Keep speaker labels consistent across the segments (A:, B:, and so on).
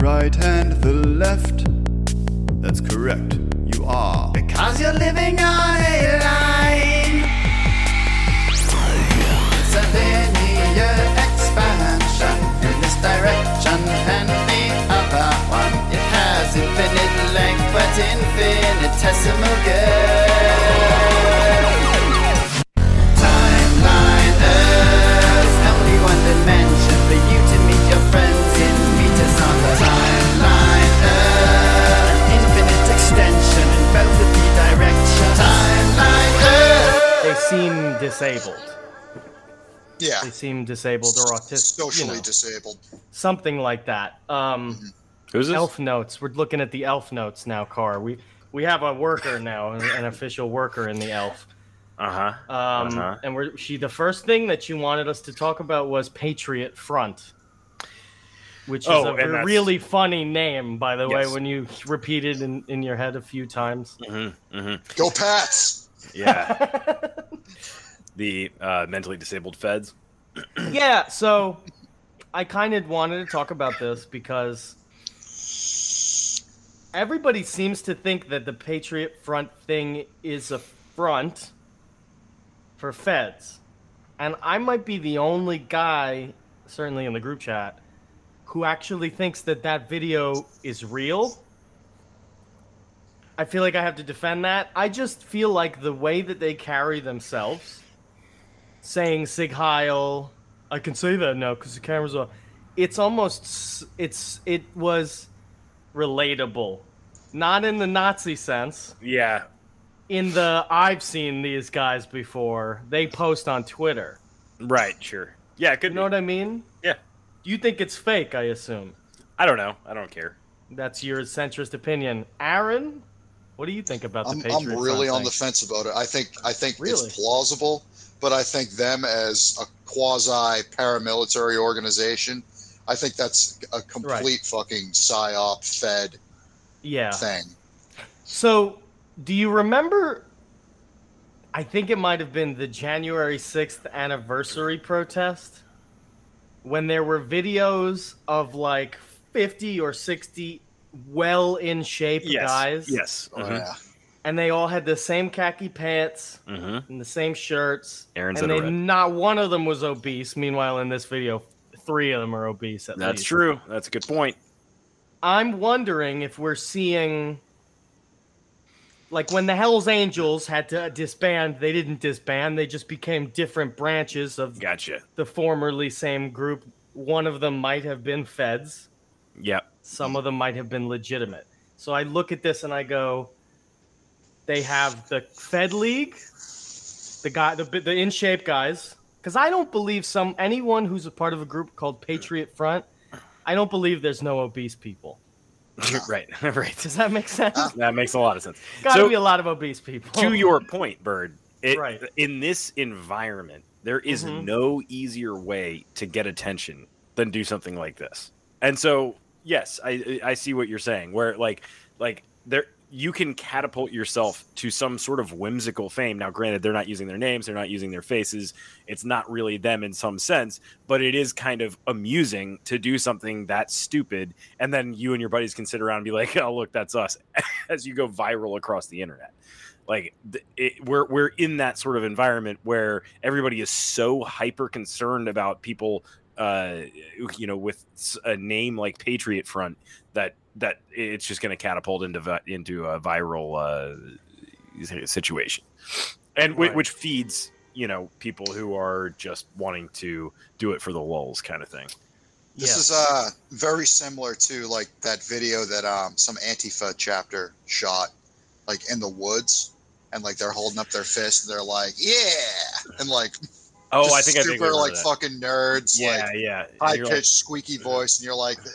A: right and the left. That's correct. You are. Because you're living on a line. It's a linear expansion in this direction and the other one. It has infinite length but infinitesimal girth. Timeline Earth, only one dimension for you to meet your friends in meters on the timeline Earth. Infinite extension in both of the directions. Timeline Earth.
B: They seem disabled.
C: Yeah.
B: They seem disabled or autistic.
C: Socially
B: you know,
C: disabled.
B: something like that. Um,
D: Who's this?
B: elf notes. We're looking at the elf notes now, Car. We we have a worker now, an, an official worker in the elf.
D: Uh huh.
B: Um,
D: Uh-huh.
B: And we're, she the first thing that she wanted us to talk about was Patriot Front, which is
D: Oh,
B: a
D: and that's-
B: really funny name, by the way.
D: Yes.
B: When you repeat it in, in your head a few times,
D: Mm-hmm. Mm-hmm.
C: Go Pats!
D: Yeah. the uh, mentally disabled feds.
B: yeah. So I kind of wanted to talk about this because everybody seems to think that the Patriot Front thing is a front for feds. And I might be the only guy, certainly in the group chat, who actually thinks that that video is real. I feel like I have to defend that. I just feel like the way that they carry themselves, saying Sig Heil, I can say that now because the camera's on. It's almost s- it's it was relatable, not in the Nazi sense.
D: Yeah.
B: In the I've seen these guys before. They post on Twitter.
D: Right. Sure. Yeah. It could
B: You know what
D: be.
B: I mean?
D: Yeah.
B: You think it's fake? I assume
D: I don't know. I don't care.
B: that's your centrist opinion, Aaron. What do you think about the
C: I'm,
B: Patriots?
C: I'm really on the fence about it. I think I think
B: Really?
C: it's plausible, but I think them as a quasi paramilitary organization, I think that's a complete fucking psyop fed
B: yeah.
C: thing.
B: So, do you remember? I think it might have been the January 6th anniversary protest when there were videos of like 50 or 60 well in shape
D: Yes.
B: guys.
D: Yes.
C: Oh,
D: Mhm.
C: yeah.
B: And they all had the same khaki pants
D: Mhm.
B: and the same shirts.
D: Aaron's
B: and
D: in
B: they,
D: the red.
B: not one of them was obese. Meanwhile, in this video, three of them are obese at
D: That's
B: least.
D: true. That's a good point.
B: I'm wondering if we're seeing like when the Hells Angels had to disband, they didn't disband, they just became different branches of
D: Gotcha.
B: the formerly same group. One of them might have been feds,
D: Yep.
B: some of them might have been legitimate. So I look at this and I go, they have the Fed League, the guy, the the in shape guys, because I don't believe some anyone who's a part of a group called Patriot Front. I don't believe there's no obese people.
D: right. right.
B: Does that make sense?
D: That makes a lot of sense.
B: Gotta
D: Uh, So-
B: be a lot of obese people.
D: to your point, Bird, it,
B: Right.
D: in this environment, there is
B: Mhm.
D: no easier way to get attention than do something like this. And so, yes, I I see what you're saying. Where like like there you can catapult yourself to some sort of whimsical fame. Now, granted, they're not using their names, they're not using their faces. It's not really them in some sense, but it is kind of amusing to do something that stupid, and then you and your buddies can sit around and be like, "Oh, look, that's us," as you go viral across the internet like th- it, we're we're in that sort of environment where everybody is so hyper concerned about people uh you know with s- a name like patriot front that that it's just going to catapult into vi- into a viral uh situation and whi-
B: Right.
D: which feeds you know people who are just wanting to do it for the lulls kind of thing
C: This is uh very similar to like that video that um some Antifa chapter shot like in the woods and like they're holding up their fist and they're like, Yeah and like
D: oh
C: just
D: i think i
C: super
D: think I remember
C: like
D: that.
C: fucking nerds,
D: yeah
C: like
D: yeah And
C: high
D: you're
C: pitched,
D: like,
C: squeaky voice, and you're like you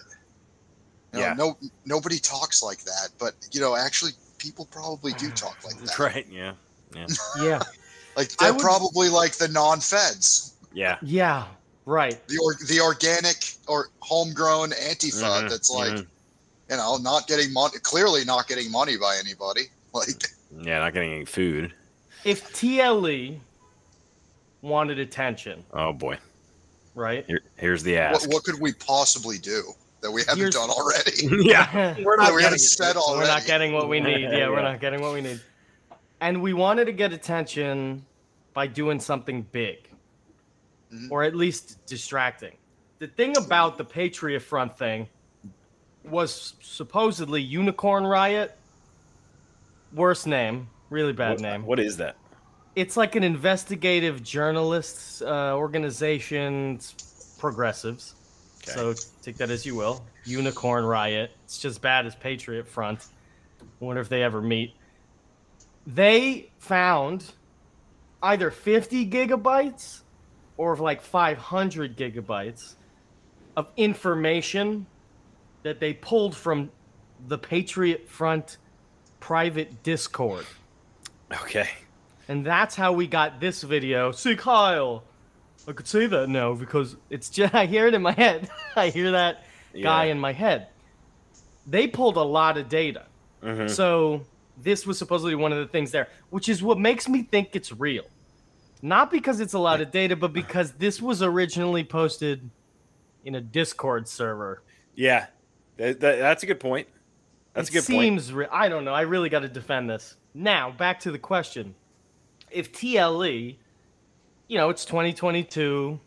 C: know,
D: Yeah.
C: no nobody talks like that, but you know, actually people probably do talk like that.
D: right yeah
B: yeah,
C: Like
B: I
C: they're
B: would-
C: probably like the non feds.
D: yeah
B: yeah, right.
C: The or, the organic or homegrown Antifa
B: Mm-hmm.
D: Mhm,
C: that's like
D: mhm.
C: you know, not getting money, clearly not getting money by anybody. Like,
D: yeah not getting any food
B: If TLE wanted attention,
D: oh boy
B: right?
D: Here, here's the
C: what,
D: ask.
C: what could we possibly do? that we haven't
B: Here's-
C: done already.
D: yeah.
B: we're
C: not we
B: getting
C: haven't
B: it.
C: said
B: We're
C: already.
B: not getting what we need. Yeah, we're
D: Yeah.
B: not getting what we need. And we wanted to get attention by doing something big,
C: Mhm.
B: or at least distracting. The thing about the Patriot Front thing was supposedly Unicorn Riot. Worst name, really bad
D: What-
B: name.
D: What is that?
B: It's like an investigative journalists uh, organization, it's progressives.
D: Okay.
B: So take that as you will. Unicorn Riot. It's just as bad as Patriot Front. I wonder if they ever meet. They found either 50 gigabytes or like 500 gigabytes of information that they pulled from the Patriot Front private Discord.
D: Okay.
B: And that's how we got this video. See, Kyle, I could say that now because it's just, I hear it in my head. I hear that guy
D: Yeah.
B: in my head. They pulled a lot of data.
D: Mhm.
B: So this was supposedly one of the things there, which is what makes me think it's real. Not because it's a lot of data, but because this was originally posted in a Discord server.
D: Yeah. That- that- that's a good point. That's
B: it
D: a good point.
B: seems re- I don't know. I really got to defend this. Now, back to the question. If TLE, you know, it's 2022,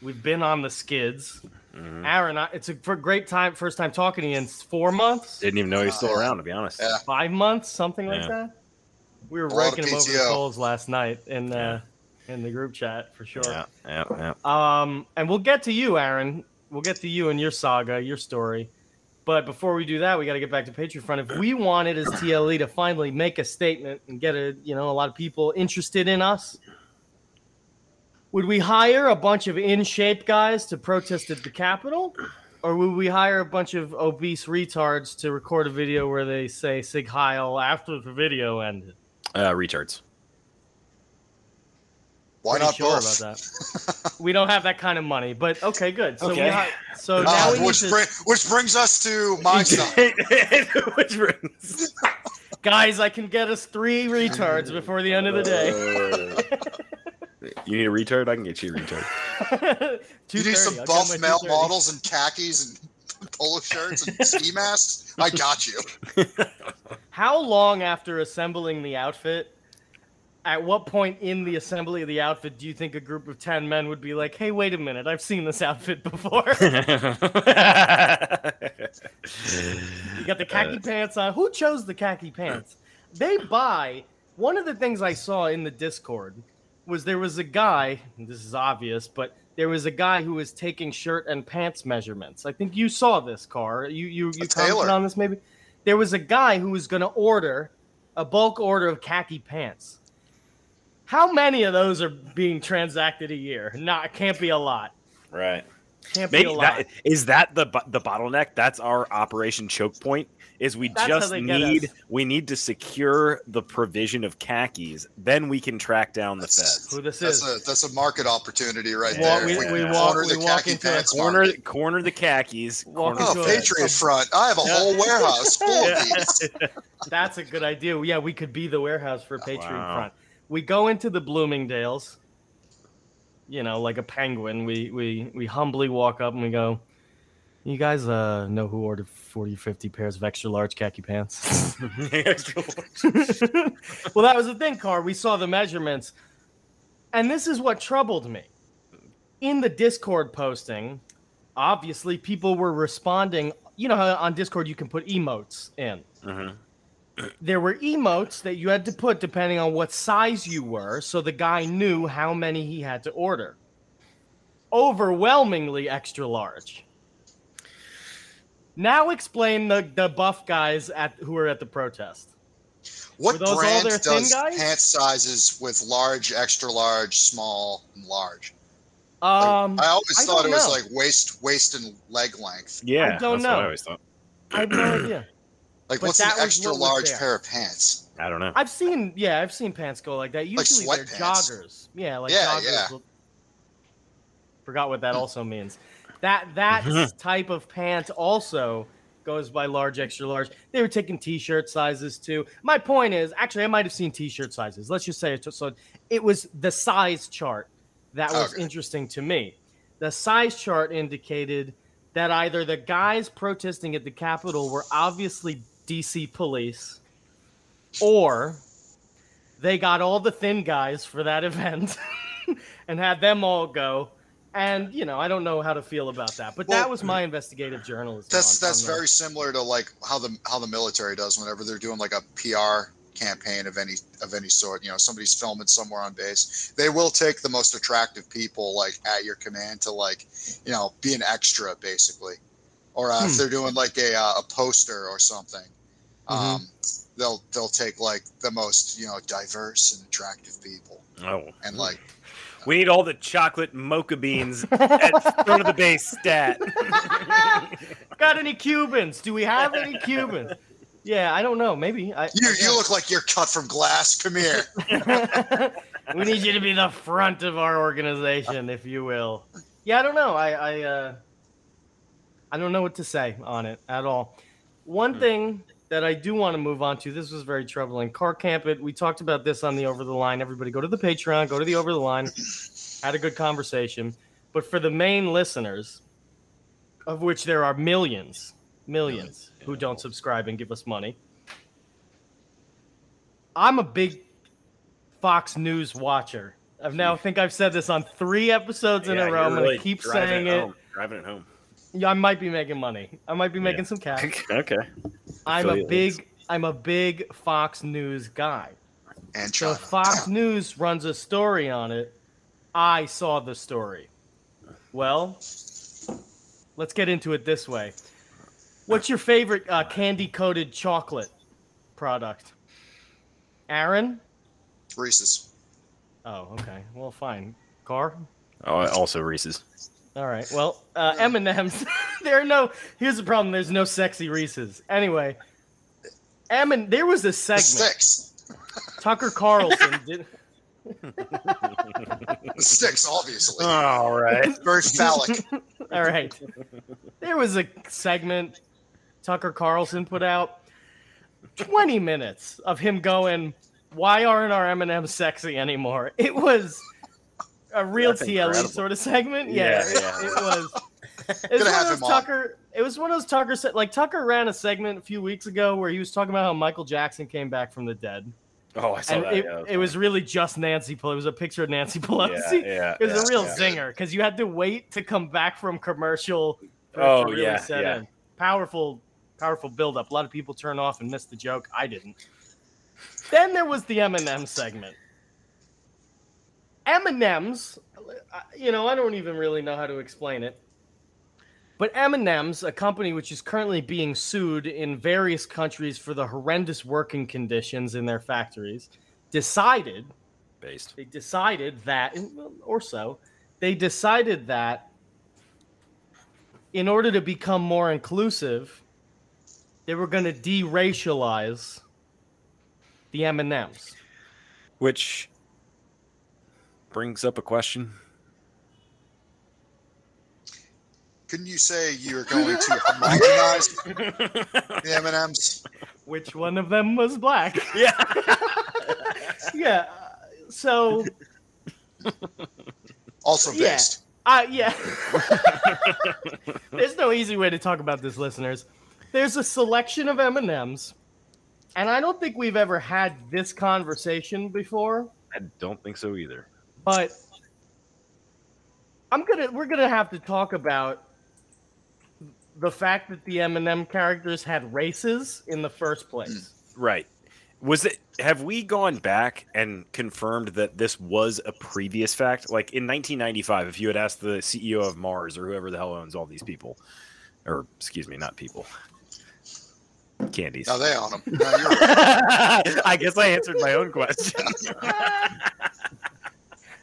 B: we've been on the skids.
D: Mm-hmm.
B: Aaron, I, it's a for great time, first time talking to you in four months,
D: Didn't even know he was still around, to be honest.
C: Yeah.
B: five months, something
D: Yeah.
B: like that. We were
C: A lot of
B: raking him over the
C: PTO.
B: coals last night in uh, in the group chat for sure.
D: Yeah. Yeah. yeah.
B: Um, and we'll get to you, Aaron. We'll get to you and your saga, your story. But before we do that, we got to get back to Patreon front. If we wanted as TLE to finally make a statement and get a you know a lot of people interested in us, would we hire a bunch of in shape guys to protest at the Capitol, or would we hire a bunch of obese retards to record a video where they say "Sig Heil" after the video ended?
D: Uh, retards.
C: Why
B: Pretty
C: not
B: sure
C: both?
B: about that. we don't have that kind of money, but okay, good. So we
D: Okay.
B: hi- so now
C: Ah,
B: we need
C: which,
B: to-
C: bring, which brings us to my side.
D: Which brings-
B: guys, I can get us three retards before the end of the day.
D: Uh, you need a retard? I can get you a retard.
C: You need some
B: 2:30, I'll get
C: buff
B: my
C: male
B: 2:30.
C: models and khakis and polo shirts and ski masks. I got you.
B: How long after assembling the outfit? At what point in the assembly of the outfit do you think a group of ten men would be like, "Hey, wait a minute, I've seen this outfit before. you got the
D: Uh,
B: khaki pants on. Who chose the khaki pants? They buy. One of the things I saw in the Discord was there was a guy. and This is obvious, but there was a guy who was taking shirt and pants measurements. I think you saw this car. You you you commented
C: tailor.
B: on this maybe. There was a guy who was going to order a bulk order of khaki pants. How many of those are being transacted a year? Not it can't be a lot.
D: right.
B: Can't be
D: Maybe
B: a lot.
D: that is that the bu- the bottleneck. That's our operation choke point. Is we
B: That's how
D: just
B: they get
D: need
B: us.
D: we need to secure the provision of khakis. Then we can track down the
C: That's-
D: feds.
B: who this
C: That's
B: is?
C: a that's a market opportunity right
B: Walk-
C: there.
B: we-
C: If
B: we
C: can
B: walk-
C: corner
B: we
C: the
B: walk
C: khaki
B: into a
C: pants
D: Corner
C: market.
D: corner the khakis.
B: Walk
D: Corner
C: Oh,
B: into
D: the
B: a-
D: feds.
C: Patriot Front! I have a whole warehouse full of these.
B: That's a good idea. Yeah, we could be the warehouse for Patreon
D: Wow.
B: front. We go into the Bloomingdale's, you know, like a penguin. We we we humbly walk up and we go, "You guys uh know who ordered 40 50 pairs of extra large khaki pants?" well, that was the thing, Car. We saw the measurements. And this is what troubled me. In the Discord posting, obviously people were responding, you know, how on Discord you can put emotes in
D: Mhm.
B: there were emotes that you had to put depending on what size you were, so the guy knew how many he had to order. Overwhelmingly extra large. Now explain the, the buff guys at who are at the protest.
C: What
B: Were those all
C: brand
B: their thin
C: does
B: guys?
C: pants sizes with large, extra large, small, and large? Like,
B: Um,
C: I always
B: I
C: thought
B: don't
C: it was
B: know.
C: like waist, waist, and leg length.
D: Yeah,
B: I don't
D: that's
B: know.
D: What I always thought.
B: I have no idea.
C: Like,
B: But
C: what's an
B: that was
C: extra
B: what was
C: large
B: there.
C: pair of pants?
D: I don't know.
B: I've seen yeah, I've seen pants go like that. Usually they're
C: sweatpants.
B: joggers. Yeah, like
C: Yeah,
B: joggers.
C: yeah. Hmm.
B: will- Forgot what that also means. That that type of pant also goes by large, extra large. They were taking t-shirt sizes too. My point is, actually, I might have seen t-shirt sizes. Let's just say it. So it was the size chart that was
C: Okay.
B: interesting to me. The size chart indicated that either the guys protesting at the Capitol were obviously DC police or they got all the thin guys for that event and had them all go. And you know, I don't know how to feel about that, but that
C: Well,
B: was my investigative journalism.
C: That's
B: on-
C: that's
B: on the-
C: very similar to like how the how the military does whenever they're doing like a PR campaign of any of any sort. You know, somebody's filming somewhere on base. They will take the most attractive people like at your command to like, you know, be an extra basically, or uh,
B: Hmm.
C: if they're doing like a uh, a poster or something,
B: Mm-hmm.
C: um, they'll they'll take like the most you know diverse and attractive people
D: Oh,
C: and
B: Hmm.
C: like
E: We need all the chocolate mocha beans at front of the base stat.
B: Got any Cubans? Do we have any Cubans? Yeah, I don't know. Maybe I.
C: you
B: I
C: you look like you're cut from glass. Come here.
B: guess. we need you to be the front of our organization, if you will. Yeah, I don't know. I I uh, I don't know what to say on it at all. One
D: Hmm.
B: thing that I do want to move on to. This was very troubling. Car Camp It. We talked about this on the Over the Line. Everybody, go to the Patreon. Go to the Over the Line. Had a good conversation. But for the main listeners, of which there are millions, millions who don't subscribe and give us money, I'm a big Fox News watcher. I've now I think I've said this on three episodes in
D: yeah,
B: a row.
D: you're
B: I'm gonna
D: really
B: keep
D: driving
B: saying
D: it.
B: it.
D: Home. Driving it home.
B: Yeah, I might be making money. I might be making
D: Yeah.
B: some cash.
D: okay.
B: I'm a
D: Affiliate
B: big I'm a big Fox News guy.
C: And
B: So
C: China.
B: if Fox News runs a story on it. I saw the story. Well, let's get into it this way. What's your favorite uh, candy coated chocolate product? Aaron?
C: Reese's.
B: Oh, okay. Well, fine. Car?
D: Oh, also Reese's.
B: All right. Well, uh, M&M's. there are no. Here's the problem. There's no sexy Reese's. Anyway, M and there was a
C: The
B: segment.
C: sticks.
B: Tucker Carlson did.
C: Six, obviously.
D: All right.
C: Very phallic.
B: All right. There was a segment Tucker Carlson put out 20 minutes of him going, Why aren't our M&Ms sexy anymore? It was a real
D: That's
B: TLE
D: incredible.
B: sort of segment. Yeah,
D: Yeah,
B: it-
C: yeah.
B: It, was. It was one
C: Gonna have
B: of those
C: him on.
B: Tucker. It was one of those Tucker se- like Tucker ran a segment a few weeks ago where he was talking about how Michael Jackson came back from the dead,
D: Oh, I saw
B: and
D: that.
B: it,
D: yeah, that
B: it was really just Nancy Pelosi. It was a picture of Nancy
D: funny.
B: Pelosi.
D: Yeah, yeah,
B: It was
D: yeah.
B: a real
C: yeah.
B: zinger because you had to wait to come back from commercial. for it
D: Oh,
B: to
D: yeah, yeah.
B: in. Powerful, powerful buildup. A lot of people turn off and miss the joke. I didn't. Then there was the M&M segment. M&Ms, uh, you know, I don't even really know how to explain it. But M&M's, a company which is currently being sued in various countries for the horrendous working conditions in their factories, decided
D: based.
B: they decided that or so they decided that in order to become more inclusive they were going to deracialize the m&ms
D: Which brings up a question.
C: Couldn't you say you're going to homogenize the M and M's?
B: which one of them was black
D: Yeah.
B: yeah uh, so
C: Also
B: Yeah.
C: based.
B: Uh, yeah. There's no easy way to talk about this, listeners. There's a selection of M and M's, and I don't think we've ever had this conversation before.
D: I don't think so either.
B: But I'm gonna we're gonna have to talk about the fact that the Eminem characters had races in the first place.
D: Right. Was it have we gone back and confirmed that this was a previous fact? Like in 1995, if you had asked the CEO of Mars or whoever the hell owns all these people, or excuse me, not people, candies.
C: Now they own them. Now you're right.
D: I guess I answered my own question.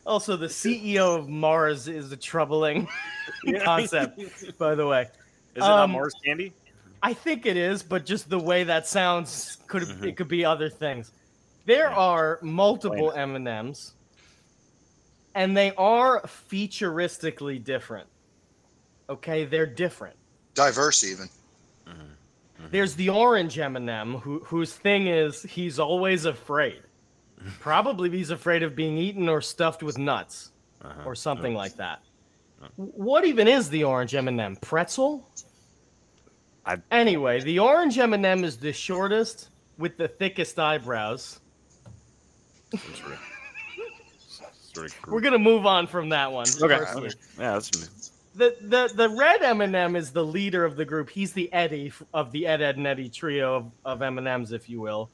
B: Also, the CEO of Mars is a troubling concept, by the way.
D: Is it not
B: Um,
D: Mars candy?
B: I think it is, but just the way that sounds could
D: Mhm.
B: it could be other things. There
D: Yeah.
B: are multiple M and M's, and they are featuristically different. Okay, they're different.
C: diverse even.
B: There's the orange M and M, who whose thing is he's always afraid. Probably he's afraid of being eaten or stuffed with nuts
D: Uh-huh.
B: or something like that. What even is the orange M&M? Pretzel?
D: I-
B: Anyway, the orange M&M is the shortest with the thickest eyebrows.
D: Some sort of- sort of
B: We're
D: group.
B: going to move on from that one.
D: okay.
C: Perfect.
D: okay. Yeah, that's
B: The the the red M&M is the leader of the group. He's the Eddie f- of the Ed Ed and Eddie trio of, of M&Ms if you will.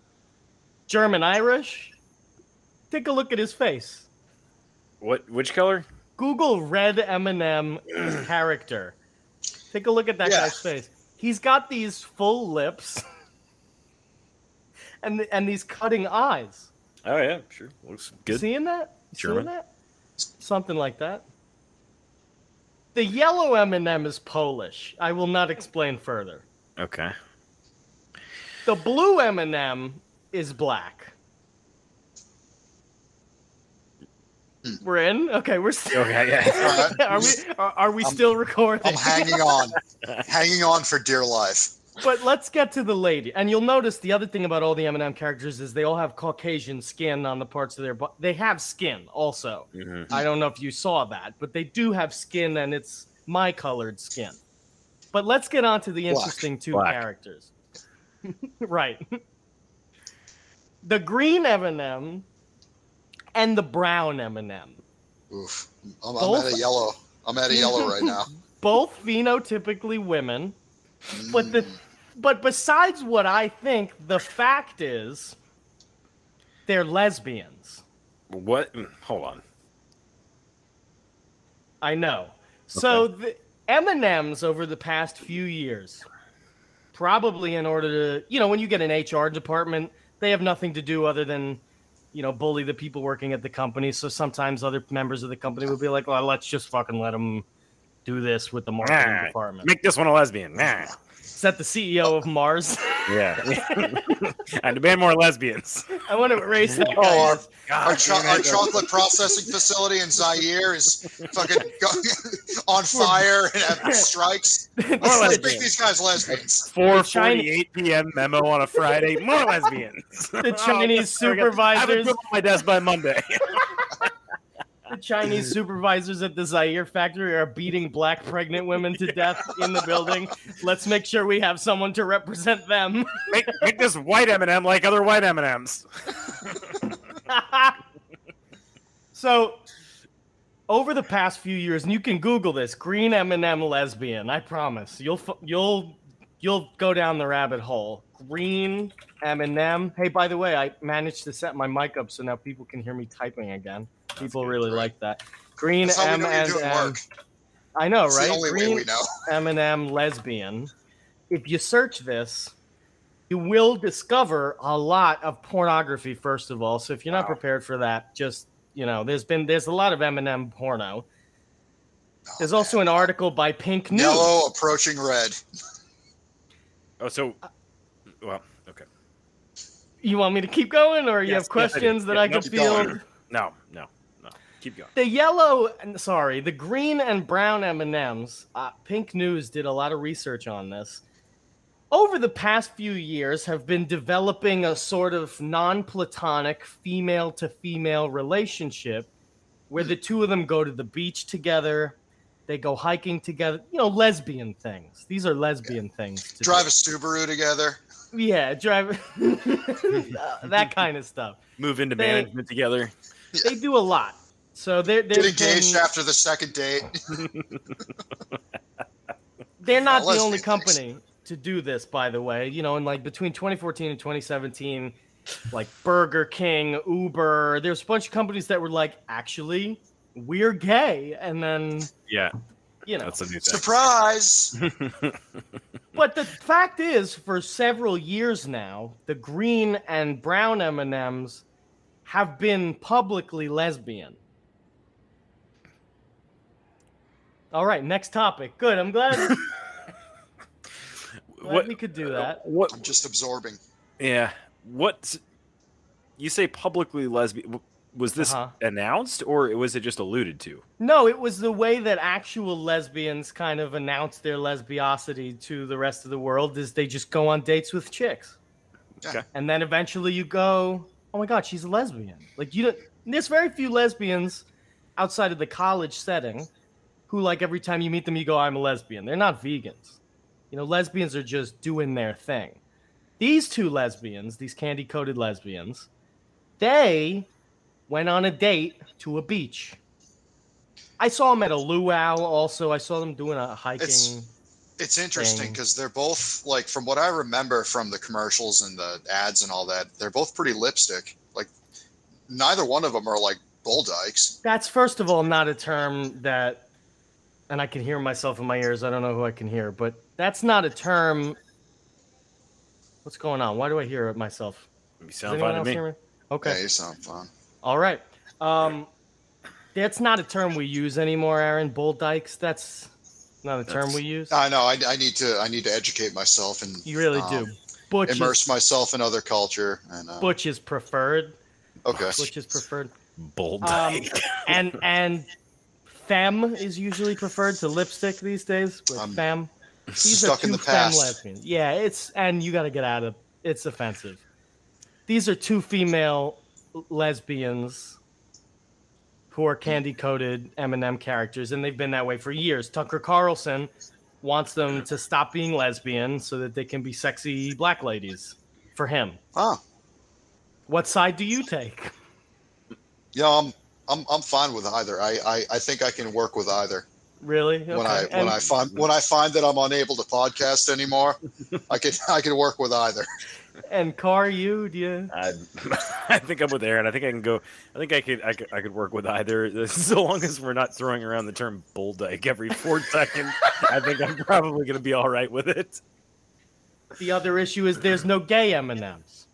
B: German Irish. Take a look at his face.
D: what which color?
B: Google red M&M character. Take a look at that
C: Yeah.
B: guy's face. He's got these full lips and and these cutting eyes.
D: Oh yeah, sure. Looks good.
B: Seeing that? You
D: German.
B: Seeing that? Something like that. The yellow M&M is Polish. I will not explain further.
D: Okay.
B: The blue M&M is black.
C: Hmm.
B: We're in? Okay, we're still
D: Okay, yeah.
C: All right.
B: Are we are, are we
C: I'm-
B: still recording?
C: I'm hanging on, hanging on for dear life.
B: but let's get to the lady. And you'll notice the other thing about all the M&M characters is they all have Caucasian skin on the parts of their body. They have skin also.
D: Mhm.
B: I don't know if you saw that, but they do have skin and it's my colored skin. But let's get on to the
C: Black.
B: interesting two
D: Black.
B: characters. right. The green M&M and the brown M&M.
C: Oof. I'm, I'm at a yellow. I'm at a yellow right now.
B: Both phenotypically women. But the
C: Mm.
B: but besides what I think, the fact is they're lesbians.
D: What? Mm, Hold on.
B: I know. So the M&Ms over the past few years probably in order to, you know, when you get an HR department, they have nothing to do other than you know, bully the people working at the company. So sometimes other members of the company will be like, "Well, let's just fucking let them do this with the
D: Ah.
B: marketing
D: Nah,
B: department."
D: Make this one a lesbian. Nah.
B: Is that the CEO of Mars?
D: Yeah. I demand more lesbians.
B: I want to erase that.
C: Oh,
B: guy.
C: our, our,
D: God,
C: cho-
D: damn
C: our
D: it.
C: chocolate processing facility in Zaire is fucking go- on fire and having strikes. Let's, let's
D: lesbians.
C: make these guys lesbians.
D: Four
B: China-
D: forty-eight p.m. memo on a Friday. More lesbians.
B: The Chinese
D: Oh, I forgot- I have it
B: supervisors-
D: on my desk by Monday.
B: The Chinese supervisors at the Zaire factory are beating black pregnant women to death in the building. Let's make sure we have someone to represent them.
D: make, make this white M&M like other white M&Ms.
B: so, over the past few years, and you can Google this: green M&M lesbian. I promise you'll f- you'll you'll go down the rabbit hole. Green M&M. Hey, by the way, I managed to set my mic up so now people can hear me typing again. People really
C: great.
B: like that. Green
C: That's how we know you're doing
B: M&M.
C: work.
B: I know,
C: It's
B: right?
C: the only way
B: Green
C: we know.
B: Eminem lesbian, if you search this, you will discover a lot of pornography. First of all, so if you're not
D: Wow.
B: prepared for that, just you know, there's been there's a lot of Eminem porno.
C: Oh,
B: There's also an article by Pink
C: man.
B: News.
C: yellow approaching red.
D: Oh, so,
B: Uh,
D: well, okay.
B: You want me to keep going, or you have
D: Yes, yes, I do.
B: questions that
D: Yeah,
B: I
D: no,
B: can
C: keep going.
B: field?
D: No, no, no. Keep going.
B: the yellow and- sorry the green and brown m&ms uh, pink news did a lot of research on this over the past few years have been developing a sort of non-platonic female to female relationship where the two of them go to the beach together they go hiking together you know lesbian things these are lesbian things to
C: Drive
B: do.
C: a Subaru together.
B: yeah drive that kind of stuff
D: Move into
B: They-
D: management together.
B: they do a lot so they're,
C: Get engaged
B: been,
C: after the second
B: Oh,
C: date.
B: They're not
C: Well,
B: the
C: let's
B: only
C: be
B: company to do this, by the way. You know, in like between 2014 and 2017, like Burger King, Uber, there's a bunch of companies that were like, actually, we're gay. And then,
D: Yeah,
B: you know,
D: that's a new thing.
C: Surprise!
B: but the fact is, for several years now, the green and brown M&Ms have been publicly lesbian. All right, next topic. Good. I'm glad, glad
D: What?
B: we could do that.
D: What?
C: I'm just absorbing.
D: Yeah. What? You say publicly lesbian. Was this
B: Uh-huh.
D: announced or was it just alluded to?
B: No, it was the way that actual lesbians kind of announce their lesbiosity to the rest of the world is they just go on dates with chicks.
C: Okay.
B: And then eventually you go, "Oh my god, she's a lesbian." Like you don't there's very few lesbians outside of the college setting who like every time you meet them you go I'm a lesbian. They're not vegans. You know, lesbians are just doing their thing. These two lesbians, these candy coated lesbians, they went on a date to a beach. I saw them at a luau also. I saw them doing a hiking.
C: It's interesting
B: thing.
C: because they're both like, from what I remember from the commercials and the ads and all that, they're both pretty lipstick. Like, neither one of them are like bull dykes.
B: That's first of all not a term that, and I can hear myself in my ears. I don't know who I can hear, but that's not a term. What's going on? Why do I hear it myself?
D: You
B: Does
D: sound
B: anyone
D: fine to
B: else
D: me.
B: hear me? Okay.
C: Yeah, you sound fun.
B: All right. Um, that's not a term we use anymore, Aaron. Bull dykes. That's not a term
D: That's-
B: we use.
C: I know. I, I need to. I need to educate myself and
B: You really
C: um,
B: do. Butch is,
C: immerse myself in other culture. And uh,
B: butch is preferred.
C: okay,
B: Butch is preferred.
D: Bull
B: Um,
D: dyke.
B: and and femme is usually preferred to lipstick these days. But
C: I'm
B: femme. These
C: stuck
B: are
C: in
B: two
C: the
B: femme
C: past.
B: lesbians. Yeah, it's and you got to get out of it's offensive. These are two female lesbians who are candy coated Eminem characters, and they've been that way for years. Tucker Carlson wants them to stop being lesbian so that they can be sexy black ladies for him.
C: Oh,
B: What side do you take?
C: yeah. I'm I'm I'm fine with either. I I, I think I can work with either.
B: Really?
C: When I
B: Okay,
C: when
B: and-
C: I find when I find that I'm unable to podcast anymore, I can I can work with either.
B: and car you do you?
D: I, I think I'm with Aaron. I think I can go. I think I could. I could, I could work with either, so long as we're not throwing around the term bull dyke every four seconds. I think I'm probably going to be all right with it.
B: The other issue is there's no gay M&Ms.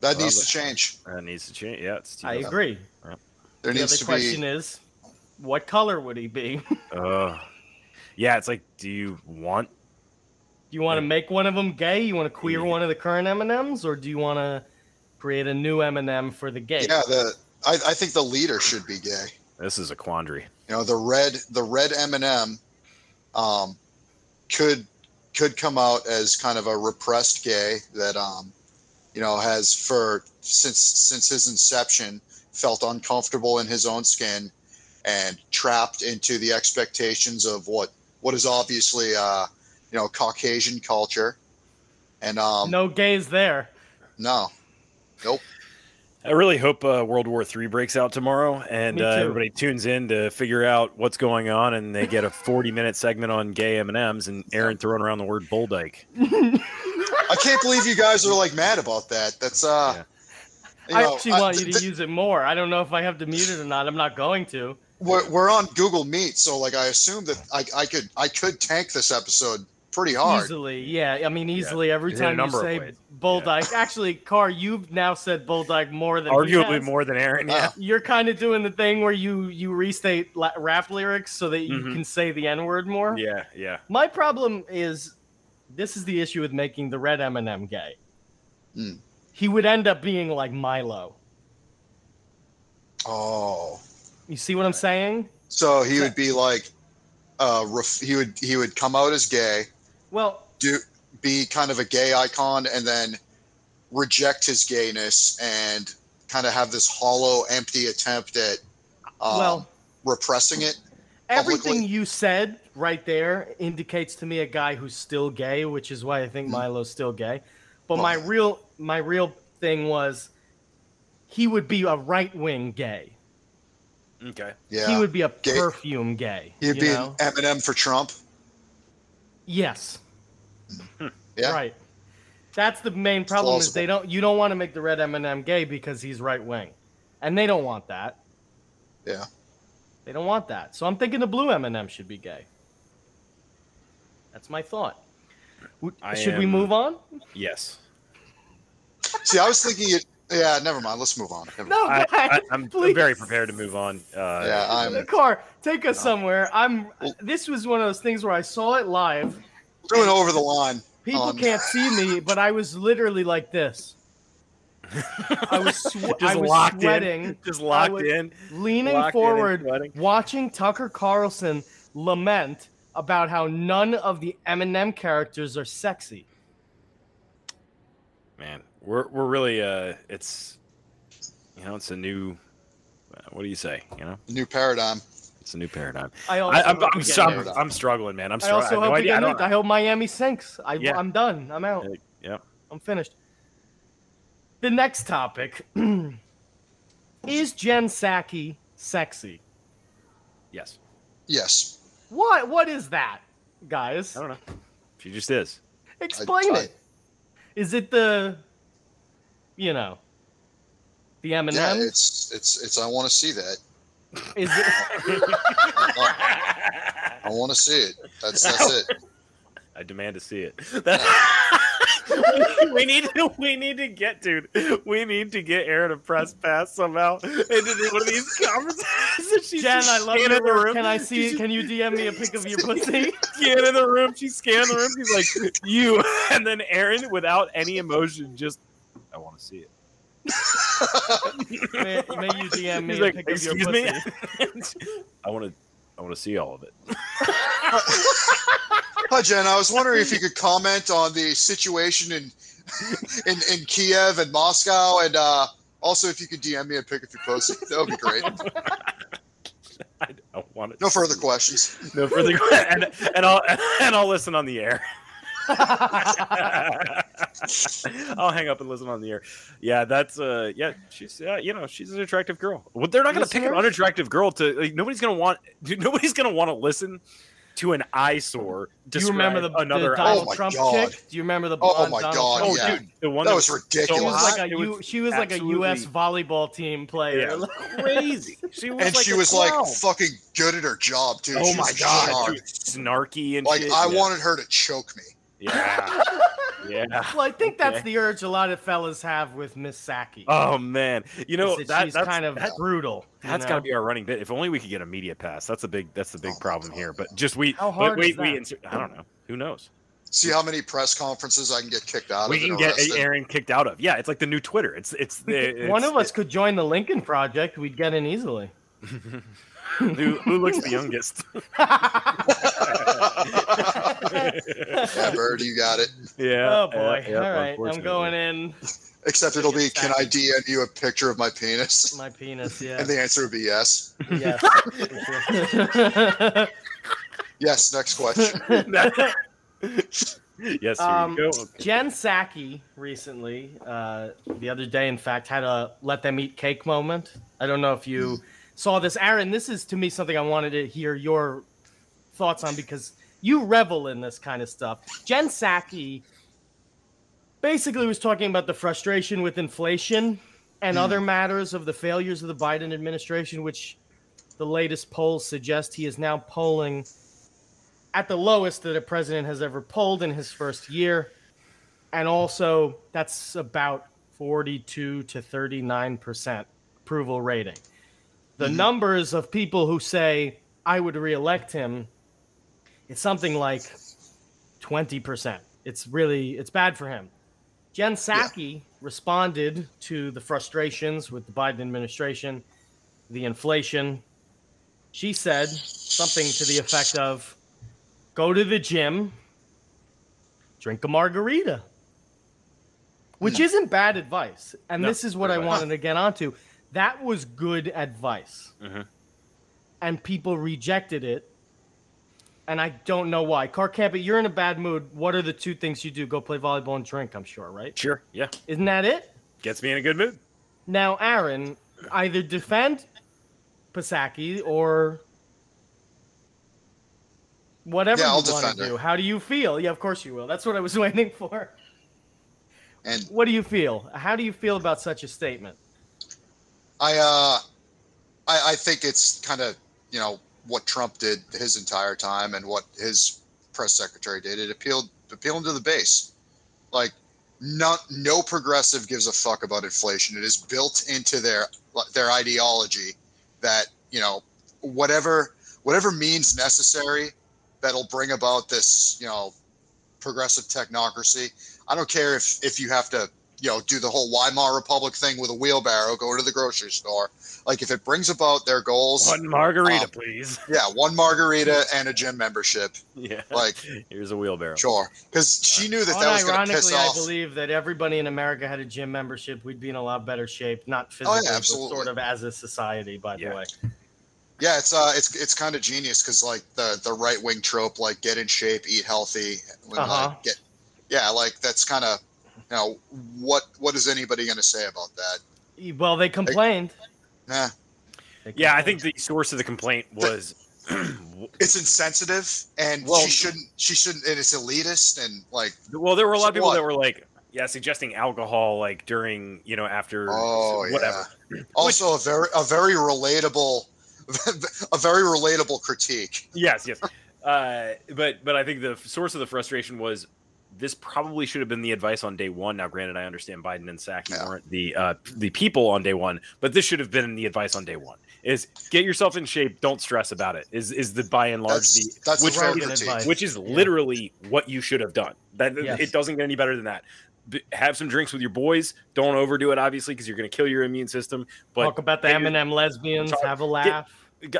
C: That
D: Well,
C: needs
D: but-
C: to change.
D: That needs to change. Yeah, it's. Too
B: I agree.
C: There
B: The
C: needs
B: other
C: to
B: question
C: be.
B: is, what color would he be? do
D: Uh, yeah, it's like, do you want?
B: you want to
D: Yeah.
B: make one of them gay? You want to queer one of the current M&Ms? Or do you want to create a new M&M for the gay?
C: Yeah, the I, I think the leader should be gay.
D: This is a quandary.
C: You know, the red the red M and M, um, could could come out as kind of a repressed gay that um, you know, has for since since his inception felt uncomfortable in his own skin and trapped into the expectations of what what is obviously uh, you know, Caucasian culture. And um,
B: No gays there.
C: no.
D: I really hope uh, World War III breaks out tomorrow, and
B: Me
D: uh,
B: too.
D: everybody tunes in to figure out what's going on, and they get a 40-minute segment on gay M and M's, and Aaron throwing around the word bull dyke.
C: I can't believe you guys are like mad about that. That's uh, you
B: I
C: know,
B: actually
C: I-
B: want you
C: th-
B: to
C: th-
B: use it more. I don't know if I have to mute it or not. I'm not going to.
C: we're, we're on Google Meet, so like I assume that I, I could I could tank this episode pretty hard.
B: Easily, yeah. I mean, easily every
D: You hit a
B: time you
D: number of
B: say
D: ways.
B: Bull
D: Yeah.
B: Dyke. Actually, Car, you've now said Bull Dyke more than he
D: Arguably
B: has.
D: more than Aaron. Yeah.
C: Uh,
B: you're kind of doing the thing where you you restate la- rap lyrics so that you
D: Mhm.
B: can say the n word more.
D: Yeah, yeah.
B: My problem is this is the issue with making the red Eminem gay.
C: Hmm.
B: He would end up being like Milo.
C: Oh,
B: You see what I'm saying?
C: so he would be like, uh, ref- he would he would come out as gay,
B: Well,
C: do be kind of a gay icon, and then reject his gayness and kind of have this hollow, empty attempt at um,
B: well,
C: repressing it.
B: everything
C: publicly-
B: you said right there indicates to me a guy who's still gay, which is why I think Milo's still gay. But my
C: Hmm. Well-
B: real my real thing was he would be a right wing gay.
D: Okay.
C: Yeah,
B: He would be a
C: Gay-
B: perfume gay.
C: He'd
B: you
C: be
B: know?
C: an Eminem for Trump.
B: Yes.
D: Hmm.
C: Yeah.
B: Right. That's the main problem is
C: plausible.
B: they don't you don't want to make the red Eminem gay because he's right wing. And they don't want that.
C: Yeah.
B: They don't want that. So I'm thinking the blue Eminem should be gay. That's my thought. W-
D: I
B: Should we
D: am-
B: move on?
D: Yes.
C: See, I was thinking it. Yeah, never mind. Let's move on. Never
B: No,
D: I, I,
B: guys,
D: I'm
B: please.
D: very prepared to move on. Uh,
C: Yeah, I'm
B: Car, take us somewhere. I'm
C: Well-
B: this was one of those things where I saw it live.
C: doing over the line.
B: People
C: Um,
B: can't see me, but I was literally like this. I was, swe- I
D: just
B: was
D: locked
B: sweating.
D: in. Just locked
B: was-
D: in.
B: leaning
D: Locked in and
B: forward,
D: sweating.
B: watching Tucker Carlson lament about how none of the Eminem characters are sexy.
D: Man, we're we're really uh, it's you know, it's a new. uh, What do you say? You know,
C: New paradigm.
D: It's a new paradign.
B: I also
D: I, I'm,
B: hope
D: I'm,
B: we get
D: str- I'm-
B: nuked.
D: I'm struggling, man. I'm
B: I
D: struggling.
B: also hope
D: no
B: we
D: idea. I
B: get
D: don't
B: nuked. I hope Miami sinks. I,
D: Yeah.
B: I'm done. I'm out.
D: know. Yep.
B: I'm finished. The next topic is Jen Psaki sexy?
D: Yes.
C: Yes.
B: What? What is that, guys?
D: I don't know. She just is.
C: I-
B: Explain
C: I-
B: it. Is it the, you know, the M and
C: yeah,
B: M's?
C: it's it's it's. I want to see that. Oh.
B: Is it?
C: I want to see it. That's that's it.
D: I demand to see it.
E: we need to we need to get dude. We need to get Aaron a press pass somehow into one of these conversations. She's
B: Jen,
E: just
B: I love
E: scanning
B: your
E: the
B: work.
E: room.
B: Can I see
E: She's
B: it? Can you DM me a pic of your pussy?
E: scanning the room. She's scanning the room. She's like, you. And then Aaron, without any emotion, just,
D: I want to see it.
B: May, may you DM me
E: He's
B: a
E: like,
B: pic of your
E: "Excuse me?"
B: pussy?
D: I want to. I want to see all of it.
C: Hi Jen, I was wondering if you could comment on the situation in in, in Kiev and Moscow, and uh, also if you could DM me a pic if you post it, that would be great.
D: I don't want it.
C: No further questions.
D: No further. que- and, and I'll and I'll listen on the air. I'll hang up and listen on the air. Yeah, that's uh, yeah, she's uh, you know she's an attractive girl. Well, they're not going to
B: Yes,
D: pick
B: sir.
D: an unattractive girl to like nobody's going to want. Dude, nobody's going to want to listen to an eyesore.
B: Do you remember the,
D: describe another
B: the
D: eyesore.
B: Donald
C: Oh my
B: Trump
C: God.
B: chick? Do you remember the
C: Oh
B: blonde
C: my
B: Donald
C: God,
B: Trump
D: Oh,
C: yeah.
B: chick?
D: dude, the one
C: That was
B: She
C: ridiculous.
B: was like a
D: It
B: U,
D: was
B: she was like a U.S. volleyball team player.
D: Yeah. crazy. She was
C: and
D: like
C: she
D: a
C: was like
D: 12.
C: fucking good at her job too.
D: oh
C: She
D: my
C: was
D: god,
C: sharp.
D: dude, snarky and
C: Like
D: shit.
C: I
D: yeah.
C: wanted her to choke me.
D: Yeah, yeah.
B: well, I think that's
D: Okay.
B: the urge a lot of fellas have with Miss Saki.
D: Oh man, you know
B: is that
D: that,
B: she's
D: that's
B: kind of brutal. you
D: That's
B: know?
D: got to be our running bit. If only we could get a media pass. That's the big. That's the big
C: Oh my
D: problem
C: God.
D: here. But just we.
B: How
D: but
B: hard
D: we,
B: is
D: we
B: that?
D: insert, I don't know. Who knows?
C: See how many press conferences I can get kicked out
D: We
C: of. and
D: can get
C: arrested.
D: Aaron kicked out of. Yeah, it's like the new Twitter. It's it's
B: We could-
D: the
B: One of us could join the Lincoln Project. We'd get in easily.
D: who, who looks the youngest.
C: Yeah, Bird, you got it.
D: Yeah.
B: oh boy! All right, I'm going in
C: Except it'll be, can I DM you a picture of my penis?
B: my penis. Yeah.
C: And the answer would be yes.
B: yes.
C: Yes. Next question.
D: yes. Here
B: Um,
D: you go.
B: Jen Psaki recently, uh, the other day, in fact, had a let them eat cake moment. I don't know if you saw this, Aaron. This is to me something I wanted to hear your thoughts on because you revel in this kind of stuff. Jen Psaki basically was talking about the frustration with inflation and other matters of the failures of the Biden administration, which the latest polls suggest he is now polling at the lowest that a president has ever polled in his first year. And also, that's about 42 to 39% approval rating. The numbers of people who say, I would reelect him, it's something like 20%. It's really, it's bad for him. Jen Psaki responded to the frustrations with the Biden administration, the inflation. She said something to the effect of, go to the gym, drink a margarita, which isn't bad advice. And
D: No,
B: this is what I
D: advice.
B: wanted to get onto. That was good advice. And people rejected it. And I don't know why. Car Campbell, you're in a bad mood. What are the two things you do? Go play volleyball and drink, I'm sure, right?
D: Sure. Yeah.
B: Isn't that it?
D: Gets me in a good mood.
B: Now, Aaron, either defend Pasaki or whatever
C: Yeah,
B: you
C: I'll
B: want
C: defend
B: to
C: her.
B: do. How do you feel? Yeah, of course you will. That's what I was waiting for.
C: And
B: What do you feel? How do you feel about such a statement?
C: I, uh, I, I think it's kind of you know what Trump did his entire time and what his press secretary did. It appealed appealing to the base. Like, not no progressive gives a fuck about inflation. It is built into their their ideology that you know whatever whatever means necessary that'll bring about this you know progressive technocracy. I don't care if if you have to you know do the whole Weimar Republic thing with a wheelbarrow, go to the grocery store. Like if it brings about their goals,
D: One margarita,
C: Um,
D: please.
C: yeah, one margarita and a gym membership.
D: Yeah.
C: Like
D: Here's a wheelbarrow.
C: sure, because she knew that that was going to piss
B: Unironically, I
C: off.
B: believe that everybody in America had a gym membership. We'd be in a lot better shape, not physically, but
C: Oh, absolutely.
B: sort of as a society, by the
D: Yeah.
B: way.
C: Yeah, it's uh, it's it's kind of genius because like the the right wing trope, like get in shape, eat healthy, when, like,
B: Uh-huh.
C: get, yeah, like that's kind of you know what what is anybody going to say about that?
B: E, Well, they complained.
C: Nah,
B: They
D: Yeah, I
B: complained.
D: think the source of the complaint was
C: it's insensitive, and
D: Well-
C: she shouldn't she shouldn't, and it's elitist, and like
D: well, there were a lot of people
C: What?
D: that were like, yeah, suggesting alcohol like during you know after
C: oh
D: whatever.
C: yeah, also a very a very relatable a very relatable critique.
D: Yes, yes. Uh, but but I think the f- source of the frustration was this probably should have been the advice on day one. Now, granted, I understand Biden and Saki
C: Yeah.
D: weren't the uh, the people on day one, but this should have been the advice on day one: is get yourself in shape, don't stress about it. Is is the by and large
C: That's
D: the
C: that's
D: which
C: a fair
B: is-
C: critique.
B: advice.
D: which is literally what you should have done. That
B: Yes.
D: it doesn't get any better than that. B- have some drinks with your boys. Don't overdo it, obviously, because you're going to kill your immune system. But
B: Talk about the
D: get your-
B: Eminem lesbians.
D: Talk-
B: have a laugh.
D: g-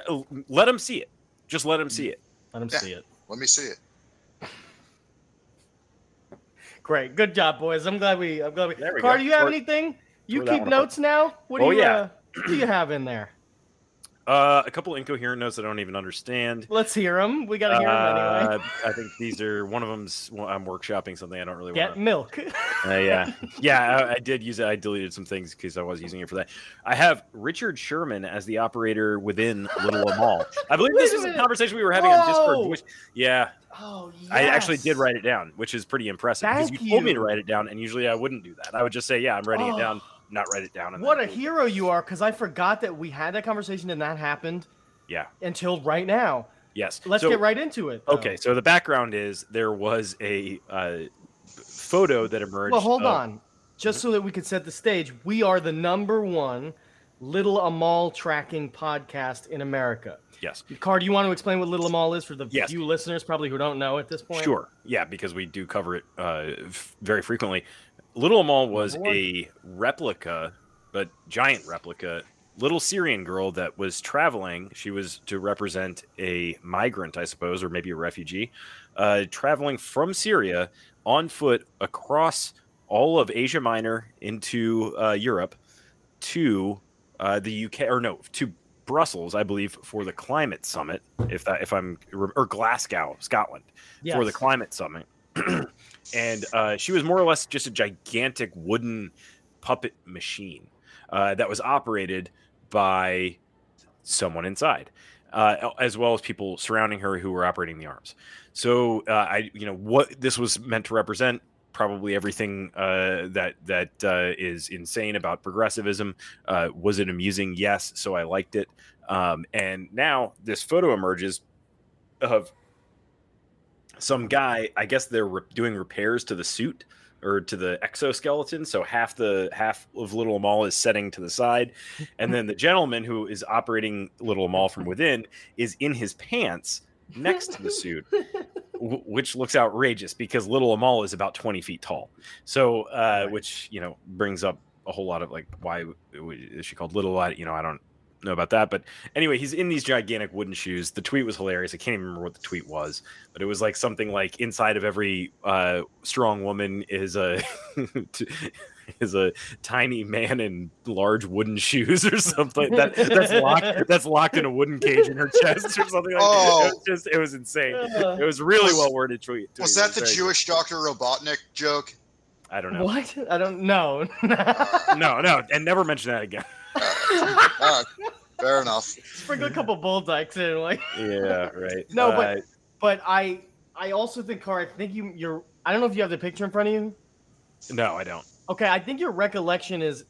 D: let them see it. Just let them
C: Mm-hmm.
D: see it.
B: Let them
C: Yeah.
B: see it.
C: Let me see it.
B: Great, good job, boys. I'm glad we. I'm glad we.
D: There we
B: Carl,
D: go.
B: do you have
D: We're-
B: anything? You
D: throw that
B: keep
D: one apart.
B: notes now. What do
D: Oh,
B: you?
D: yeah.
B: Uh, what do you have in there?
D: Uh, a couple incoherent notes that I don't even understand.
B: Let's hear them. We gotta hear them anyway.
D: Uh, I think these are one of them's. Well, I'm workshopping something I don't really
B: Get
D: want.
B: milk.
D: Uh, yeah, yeah. I, I did use it. I deleted some things because I was using it for that. I have Richard Sherman as the operator within Little Mall. I believe
B: Wait
D: this
B: a
D: was a
B: minute.
D: conversation we were having on Discord.
B: Whoa.
D: Which, yeah,
B: oh,
D: I actually did
B: yes.
D: write it down, which is pretty impressive. because
B: Thank
D: you told me
B: you.
D: to write it down, and usually I wouldn't do that. I would just say, "Yeah, I'm writing
B: Oh.
D: it down," not write it down. and
B: What a
D: then-
B: hero you are! Because I forgot that we had that conversation and that happened
D: Yeah.
B: until right now.
D: Yes.
B: Let's
D: So-
B: get right into it. though.
D: Okay, so the background is there was a uh, photo that emerged.
B: Well, hold
D: of-
B: on. Just so that we could set the stage, we are the number one Little Amal tracking podcast in America.
D: Yes.
B: Card, you want to explain what Little Amal is for the
D: Yes.
B: few listeners probably who don't know at this point?
D: Sure. Yeah, because we do cover it uh, f- very frequently. Little Amal was
B: Number one.
D: a replica, but giant replica, little Syrian girl that was traveling. She was to represent a migrant, I suppose, or maybe a refugee, uh, traveling from Syria on foot across all of Asia Minor into uh, Europe to uh, the UK, or no, to Brussels, I believe, for the climate summit, if that, if I'm, or Glasgow, Scotland
B: Yes.
D: for the climate summit. and uh, she was more or less just a gigantic wooden puppet machine uh, that was operated by someone inside, uh, as well as people surrounding her who were operating the arms. So uh, I, you know, what this was meant to represent. Probably everything uh, that that uh, is insane about progressivism. Uh, was it amusing? Yes, so I liked it. Um, and now this photo emerges of some guy i guess they're re- doing repairs to the suit or to the exoskeleton so half the half of little Amal is setting to the side and then the gentleman who is operating little Amal from within is in his pants next to the suit w- which looks outrageous because little Amal is about 20 feet tall so uh which you know brings up a whole lot of like why w- w- is she called little i you know i don't know about that but anyway he's in these gigantic wooden shoes the tweet was hilarious i can't even remember what the tweet was but it was like something like inside of every uh, strong woman is a t- is a tiny man in large wooden shoes or something that that's locked that's locked in a wooden cage in her chest or something like that.
C: Oh.
D: It was just it was insane.
B: Uh,
D: It was really
C: Was-
D: well worded tweet.
C: Was
D: tweet. It
C: that the
D: very good.
C: Jewish Doctor Robotnik joke?
D: I don't know.
B: what? I don't know.
D: No, no, and never mention that again.
C: All right, Ah, fair enough.
B: Sprinkle a couple bull dykes in, like.
D: Yeah, right.
B: No,
C: Uh,
B: but- But I, I also think, Car, I think you, you're. I don't know if you have the picture in front of you.
D: no, I don't.
B: Okay, I think your recollection is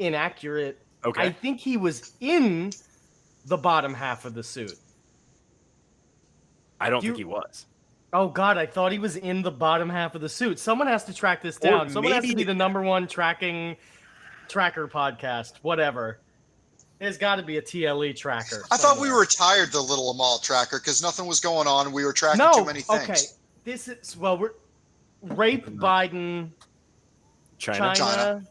B: inaccurate
D: Okay.
B: I think he was in the bottom half of the suit.
D: I don't
B: You-
D: think he was.
B: Oh God, I thought he was in the bottom half of the suit. Someone has to track this down. Someone has to be
D: maybe-
B: the number one tracking tracker podcast. Whatever. There's got to be a TLE tracker.
C: I thought we
B: somewhere.
C: retired the Little Amal tracker because nothing was going on. We were tracking
B: no.
C: too many things.
B: Okay, this is well. We're rape Biden, China,
D: China.
C: China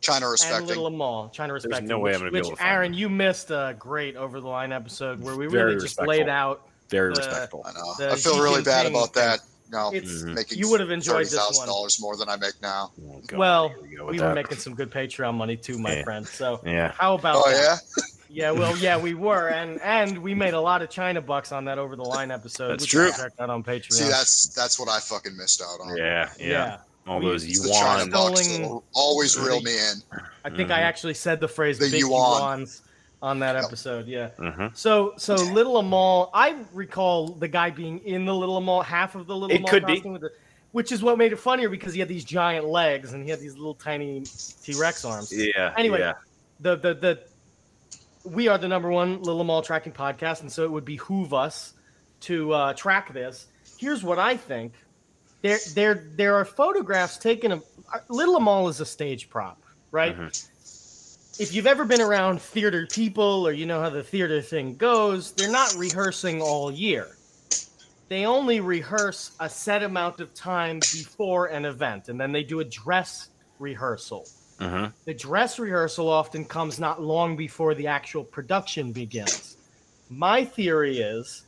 C: China
B: and
C: respecting.
B: Little Amal. China respecting.
D: no way I'm gonna be
B: which,
D: able
B: which
D: to find
B: Aaron,
D: them.
B: you missed a great over the line episode where we
D: Very
B: really just
D: respectful.
B: laid out.
D: Very
B: the-
D: respectful.
C: I know.
B: the
C: I feel
B: Xi
C: really bad
B: Jinping
C: about
B: thing.
C: that. No,
B: It's
D: Mhm.
C: making
B: you would have enjoyed
C: thirty
B: this
C: thousand
B: one.
C: dollars more than I make now.
D: Oh, God,
B: well,
D: here go with
B: we were
D: that.
B: making some good Patreon money too, my
D: Yeah.
B: friend. So
D: Yeah.
B: how about
C: Oh
B: that?
C: yeah,
B: Yeah, well, yeah, we were, and and we made a lot of China bucks on that over the line episode.
D: That's
B: which
D: true.
B: you can Check that on Patreon.
C: See, that's that's what I fucking missed out on.
D: Yeah, yeah.
B: yeah.
D: All
B: We-
D: those
C: It's the China
D: yuan.
C: box
B: Stolen-
C: that'll always reel me in.
B: I think I
D: Mhm.
B: actually said the phrase
C: The
B: "big
C: yuan.
B: yuans" on that
C: Yep.
B: episode. Yeah.
D: Mhm.
B: So so Little Amal, I recall the guy being in the Little Amal, half of the Little
D: It
B: Amal
D: could be.
B: costume with the, which is what made it funnier because he had these giant legs and he had these little tiny T Rex arms.
D: Yeah.
B: Anyway,
D: yeah.
B: the the the we are the number one Lil Mall tracking podcast, and so it would behoove us to uh, track this. Here's what I think: there there there are photographs taken of uh, Little Mall is a stage prop, right?
D: Mm-hmm.
B: If you've ever been around theater people or you know how the theater thing goes, they're not rehearsing all year. They only rehearse a set amount of time before an event, and then they do a dress rehearsal
D: Mhm.
B: the dress rehearsal often comes not long before the actual production begins. My theory is,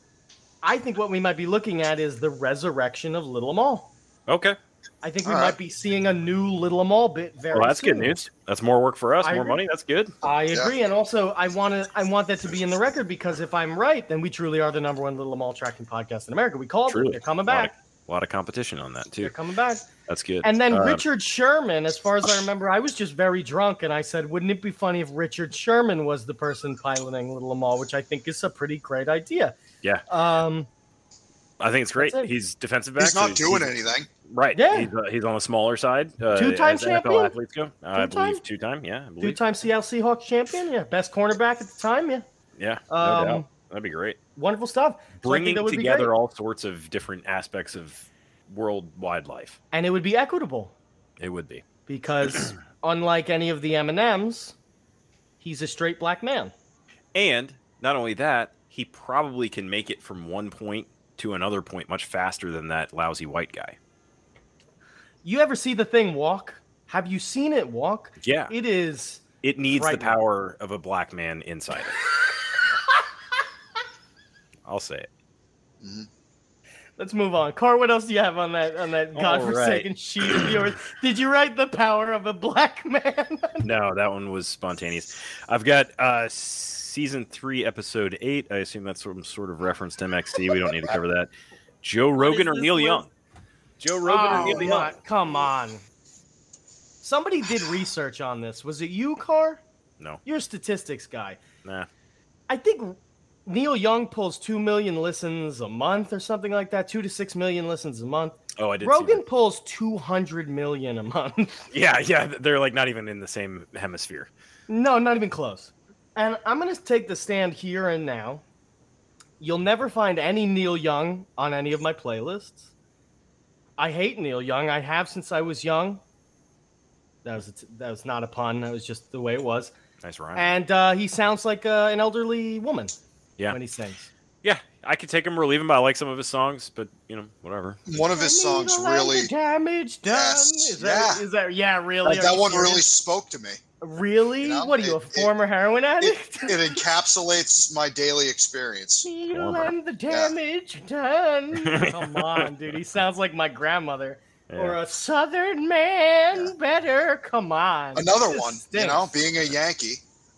B: I think what we might be looking at is the resurrection of Little Mall.
D: Okay.
B: I think we
C: All right.
B: might be seeing a new Little Mall bit very.
D: Well, that's
B: soon.
D: good news. That's more work for us.
B: I
D: more
B: agree.
D: money. That's good.
B: I
C: Yeah.
B: agree, and also I want to. I want that to be in the record because if I'm right, then we truly are the number one Little Mall tracking podcast in America. We called
D: Truly.
B: it. They're coming
D: A lot
B: back.
D: of- A lot of competition on that
B: They're
D: too.
B: coming back.
D: That's good.
B: And then
D: Uh,
B: Richard Sherman, as far as I remember, I was just very drunk, and I said, "Wouldn't it be funny if Richard Sherman was the person piloting Little Amal?" Which I think is a pretty great idea.
D: Yeah.
B: Um.
D: I think it's great.
B: That's it.
D: He's defensive back.
C: He's
D: so
C: not doing
D: he's-
C: anything.
D: Right.
B: Yeah.
D: He's, uh, he's on the smaller side. Uh,
B: Two-time
D: as NFL
B: champion.
D: athletes go. Uh, I
B: Two-time.
D: believe two time. Yeah. I believe.
B: Two-time Seattle Seahawks champion. Yeah. Best cornerback at the time. Yeah.
D: Yeah. No
B: Um,
D: doubt. That'd be great.
B: Wonderful stuff. So I think
D: Bringing
B: that would be great.
D: together all sorts of different aspects of worldwide life.
B: and it would be equitable
D: It would be.
B: because, unlike any of the M and M's, he's a straight black man.
D: And not only that, he probably can make it from one point to another point much faster than that lousy white guy.
B: You ever see the thing walk? Have you seen it walk?
D: Yeah.
B: It is.
D: It needs the
B: Frightening.
D: power of a black man inside it. I'll say it.
B: Let's move on. Car, what else do you have on that on that
D: All
B: godforsaken sheet of yours? Did you write the power of a black man?
D: No, that one was spontaneous. I've got uh season three, episode eight. I assume that's some sort of reference to MXT. We don't need to cover that. Joe Rogan
B: is
D: or
B: this
D: Neil
B: list?
D: Young. Joe Rogan or
B: Oh,
D: Neil Young.
B: my- come on. Somebody did research on this. Was it you, Car?
D: No.
B: You're a statistics guy.
D: Nah.
B: I think Neil Young pulls two million listens a month or something like that. Two to six million listens a month.
D: Oh, I did. see
B: Rogan pulls two hundred million a month.
D: that. Yeah, yeah. They're like not even in the same hemisphere.
B: No, not even close. And I'm going to take the stand here and now. You'll never find any Neil Young on any of my playlists. I hate Neil Young. I have since I was young. That was a t- that was not a pun. That was just the way it was.
D: Nice rhyme.
B: And uh, he sounds like uh, an elderly woman
D: Yeah.
B: when he sings.
D: yeah, I could take him or leave him. I like some of his songs, but you know, whatever.
C: One of his
B: I need
C: songs
B: to like
C: really,
B: the damage done.
C: Yes,
B: Is that,
C: yeah.
B: is that yeah really
C: like,
B: Are
C: that
B: you
C: one
B: serious?
C: really spoke to me.
B: really
C: you know,
B: what are you a
C: it- it-
B: former heroin
C: It,
B: addict?
C: it encapsulates my daily experience.
B: Needle
D: Former.
B: and the damage done. Come on, dude. He sounds like my grandmother. Or
D: Yeah.
B: a southern man better. Come on.
C: Another
B: This
C: one, you
B: stinks.
C: know, being a Yankee.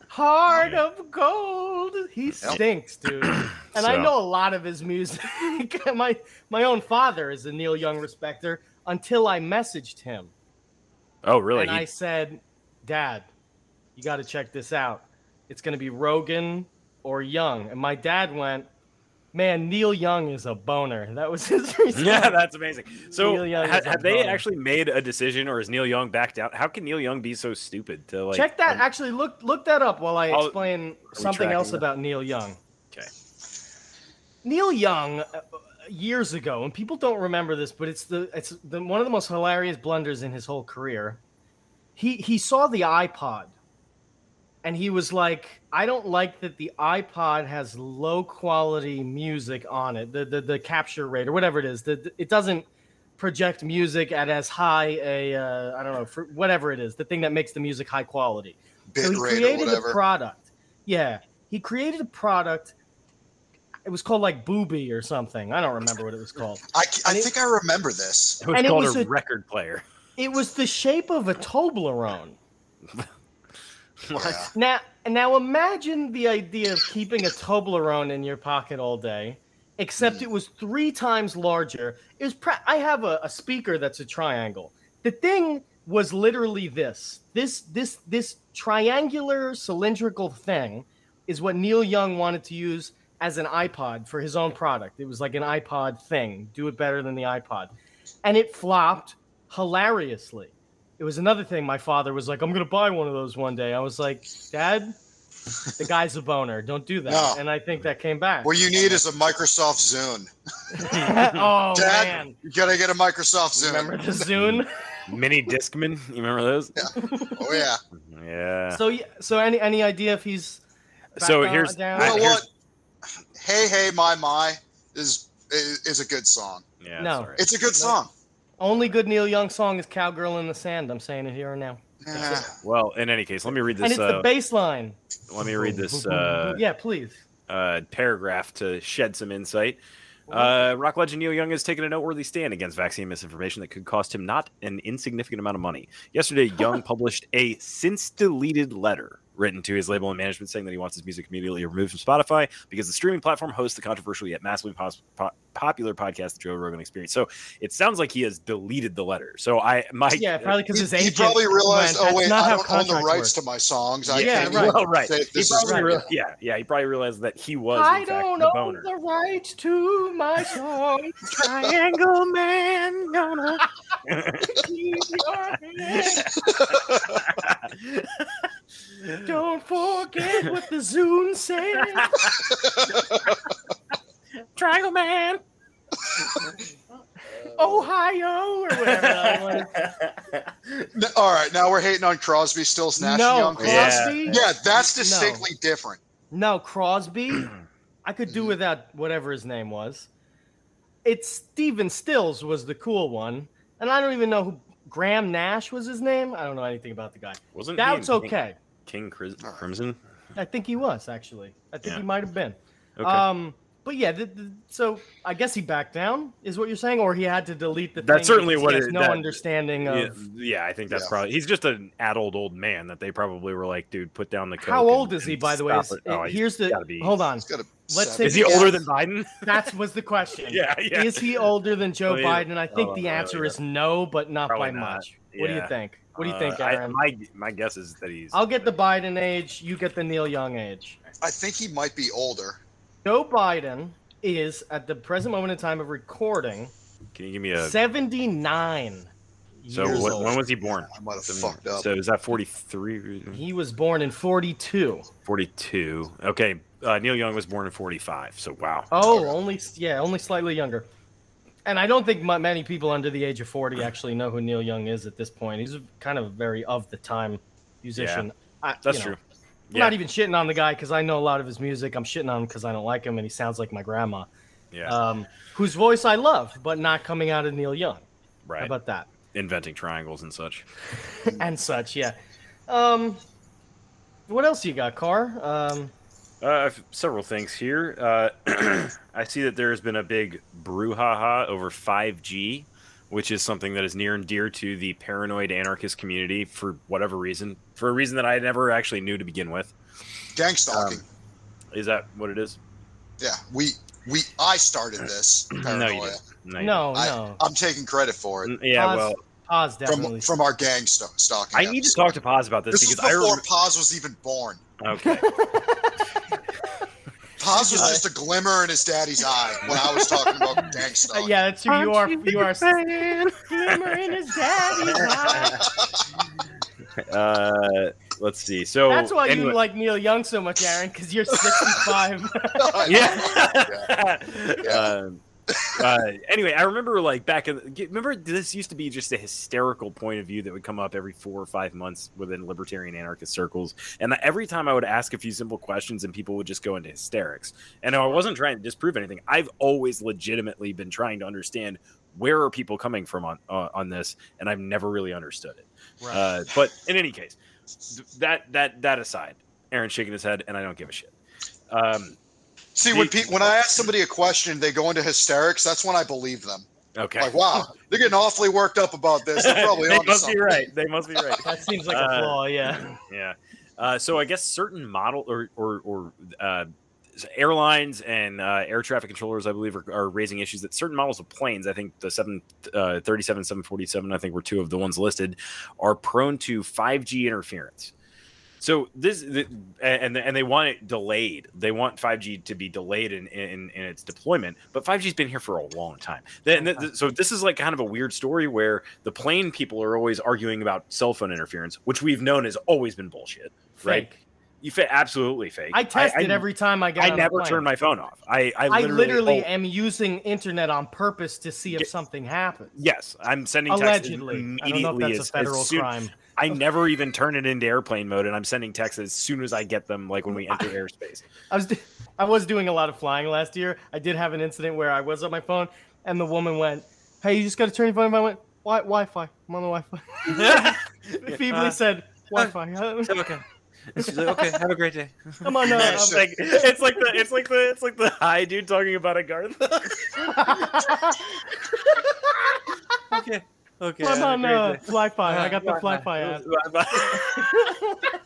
B: Heart of gold. He stinks, dude. And I
D: So.
B: know a lot of his music. my my own father is a Neil Young respecter until I messaged him.
D: Oh, really?
B: And I said, Dad, you got to check this out. It's going to be Rogan or Young. And my dad went, Man, Neil Young is a boner. That was his response.
D: yeah, that's amazing. So,
B: Neil Young
D: ha-
B: is a
D: have they
B: bum.
D: actually made a decision, or is Neil Young backed out? How can Neil Young be so stupid to like?
B: check that.
D: um,
B: Actually, look look that up while I
D: I'll-
B: explain something
D: tracking
B: else
D: that?
B: about Neil Young.
D: Okay.
B: Neil Young, uh, years ago, and people don't remember this, but it's the it's the, one of the most hilarious blunders in his whole career. He he saw the iPod, and he was like, "I don't like that the iPod has low quality music on it. The the, the capture rate or whatever it is, the, the- it doesn't." project music at as high a uh, I don't know for whatever it is the thing that makes the music high quality
C: Bit
B: so he
C: rate or
B: created a
C: whatever.
B: product. Yeah, he created a product. It was called like Booby or something. I don't remember what it was called.
C: I, c- I
B: and it-
C: think I remember this.
D: It was
B: and it
D: called
B: was
D: a,
B: a-
D: record player.
B: It was the shape of a Toblerone.
C: Yeah.
B: Now, And now imagine the idea of keeping a Toblerone in your pocket all day, except it was three times larger. It was pra- I have a, a speaker that's a triangle. The thing was literally this. This this this triangular cylindrical thing is what Neil Young wanted to use as an iPod for his own product. It was like an iPod thing. Do it better than the iPod. And it flopped hilariously. It was another thing my father was like, I'm going to buy one of those one day. I was like, Dad, the guy's a boner. Don't do that.
C: No.
B: And I think that came back.
C: What you need is a Microsoft Zune.
B: oh,
C: Dad,
B: man.
C: you gotta get a Microsoft Zune.
B: Remember the Zune?
D: Mini Discman, you remember those?
C: Oh yeah.
D: Yeah.
B: So, yeah, so any any idea if he's back
D: So
B: on-
D: here's-
B: down?
C: You know
D: I-
C: what? Hey hey my my is is, is a good song.
D: yeah
B: No.
D: sorry.
C: It's a good song.
B: only good Neil Young song is "Cowgirl in the Sand." I'm saying it here and now,
C: Yeah.
D: Well, in any case, let me read
B: and
D: this.
B: it's
D: Uh,
B: the bass line.
D: let me read this uh,
B: yeah, please.
D: uh, paragraph to shed some insight. Uh, rock legend Neil Young has taken a noteworthy stand against vaccine misinformation that could cost him not an insignificant amount of money. Yesterday, Young published a since deleted letter written to his label and management saying that he wants his music immediately removed from Spotify because the streaming platform hosts the controversial yet massively pos- po- popular podcast, The Joe Rogan Experience. So it sounds like he has deleted the letter. So I, my,
B: Yeah, probably because
C: He,
B: his
C: he
B: agent.
C: probably realized,
B: went,
C: oh
B: "That's
C: wait,
B: not how
C: I don't own the
B: contract
C: rights
B: works."
C: to my songs. I
B: Yeah,
C: can't
B: right.
C: even
D: Well, right.
C: say if
D: He
C: this is
D: probably
B: right.
D: real- yeah, yeah. He probably realized that he was.
B: I
D: in fact,
B: don't
D: the
B: know
D: boner.
B: the right to my song.
E: Triangle man, gonna.
B: Keep your hand. Don't forget what the Zune said.
E: Triangle man.
B: Ohio or whatever. that was.
C: N- All right, now we're hating on Crosby, Stills, Nash, and
B: No,
C: Young.
B: Crosby.
D: Yeah.
C: Yeah, that's distinctly different.
B: No, Crosby. I could do without whatever his name was. It's Steven Stills was the cool one, and I don't even know who Graham Nash was his name. I don't know anything about the guy.
D: Wasn't he
B: That's
D: in King-
B: okay.
D: King Cris-
C: All right.
D: Crimson.
B: I think he was actually. I think
D: Yeah.
B: he might have been.
D: Okay.
B: Um, but yeah, the, the, so I guess he backed down, is what you're saying, or he had to delete the.
D: That's
B: thing
D: certainly
B: because
D: what
B: he has
D: it-
B: no
D: that-
B: understanding
D: yeah,
B: of.
D: yeah, I think that's
C: Yeah.
D: probably. He's just an adult old man that they probably were like, dude, put down the. Coke
B: How
D: and-
B: old is he,
D: and
B: by the way?
D: stop
B: Is-
D: it." Oh, he's
B: Here's the.
D: gotta be-
B: Hold on.
C: It's got a
B: Let's
C: seven-
D: Is he
B: Yeah.
D: older than Biden?
B: That was the question.
D: yeah, yeah.
B: Is he older than Joe
D: Oh, yeah.
B: Biden? I think
D: Oh,
B: the
D: yeah,
B: answer
D: yeah.
B: is no, but not
D: Probably
B: by
D: not.
B: much. What do you
D: Yeah.
B: think? What do you
D: Uh,
B: think,
D: I-
B: Aaron?
D: my my guess is that he's.
B: I, will get the Biden age. You get the Neil Young age.
C: I think he might be older.
B: Joe Biden is at the present moment in time of recording
D: Can you give me a?
B: 79
D: So
B: years
D: what,
B: old.
D: when was he born?
C: I might have
D: So-
C: fucked up.
D: So is that 43,
B: He was born in 42.
D: 42? Okay, uh, Neil Young was born in 45. So wow.
B: Oh, only yeah, only slightly younger. And I don't think mu many people under the age of 40 actually know who Neil Young is at this point. He's a- kind of a very of the time musician. I, you
D: That's
B: know,
D: true.
B: I'm not even shitting on the guy because I know a lot of his music. I'm shitting on him because I don't like him and he sounds like my grandma,
D: yeah.
B: um, whose voice I love, but not coming out of Neil Young.
D: right.
B: How about that?
D: Inventing triangles and such.
B: and such, yeah. Um, what else you got, Carr? Um,
D: Uh, I've several things here. Uh, I see that there has been a big brouhaha over 5G, which is something that is near and dear to the paranoid anarchist community for whatever reason, for a reason that I never actually knew to begin with. um,
C: Gang stalking.
D: Is that what it is?
C: yeah, we we I started this
D: No, you
C: paranoia.
D: didn't. you
B: no,
C: I,
B: no.
C: I'm taking credit for it
D: don't. N- Yeah,
B: Pause
D: well,
B: Pause
C: from
B: definitely.
C: from our gang st- stalking.
D: I need to
C: episode.
D: talk to Paz about this,
C: This is
D: because I
C: before
D: remember.
C: Paz was even born.
D: Okay.
C: Paz was just a glimmer in his daddy's eye when I was talking about gang
B: Uh,
C: stalking.
B: yeah, that's who you are. You are
E: Fan?
B: Glimmer in his daddy's eye.
D: Uh, let's see. So
B: That's why
D: anyway-
B: you like Neil Young so much, Aaron, because you're 65.
D: yeah.
C: Yeah.
D: Um, uh, anyway, I remember like back in the- remember this used to be just a hysterical point of view that would come up every four or five months within libertarian anarchist circles, and every time I would ask a few simple questions and people would just go into hysterics. And I wasn't trying to disprove anything. I've always legitimately been trying to understand where are people coming from on uh, on this, and I've never really understood it. Uh, but in any case, th- that that that aside, Aaron's shaking his head, and I don't give a shit. Um,
C: See, when pe- when I ask somebody a question, they go into hysterics. That's when I believe them.
D: okay.
C: Like, wow, they're getting awfully worked up about this. They're probably
D: they
C: on
D: must
C: something.
D: be right. They must be right.
B: That seems like a
D: Uh,
B: flaw, yeah.
D: Yeah. Uh, so I guess certain model or or, or uh, airlines and uh, air traffic controllers, I believe, are, are raising issues that certain models of planes, I think the uh, 737, 747, I think were two of the ones listed, are prone to 5G interference. So this the, and and they want it delayed. They want 5G to be delayed in in, in its deployment. But 5G's been here for a long time. Then
B: Uh-huh.
D: th- so this is like kind of a weird story where the plane people are always arguing about cell phone interference, which we've known has always been bullshit, right?
B: Fake.
D: You fit absolutely fake.
B: I test
D: I-
B: it every time I get.
D: I
B: on a
D: never
B: plane.
D: turn my phone off. I I
B: I
D: literally,
B: literally,
D: oh,
B: am using internet on purpose to see if
D: Yeah.
B: something happens.
D: yes, I'm sending texts
B: Allegedly,
D: immediately.
B: I don't know if that's
D: as-
B: a federal
D: as soon-
B: crime.
D: I never even turn it into airplane mode, and I'm sending texts as soon as I get them, like when we enter airspace.
B: I was, do- I was doing a lot of flying last year. I did have an incident where I was on my phone, and the woman went, "Hey, you just got to turn your phone." off." I went, "Why Wi-Fi? I'm on the Wi-Fi." Feebly said, "Wi-Fi."
E: okay. She's like, okay, have a great day.
B: Come on, uh,
C: Yeah,
E: It's
C: sure.
E: like it's like the it's like the it's like the high dude talking about a Garth.
B: uh,
E: okay, okay.
B: I'm on uh, Flyfi. I got the
E: fly
B: Flyfi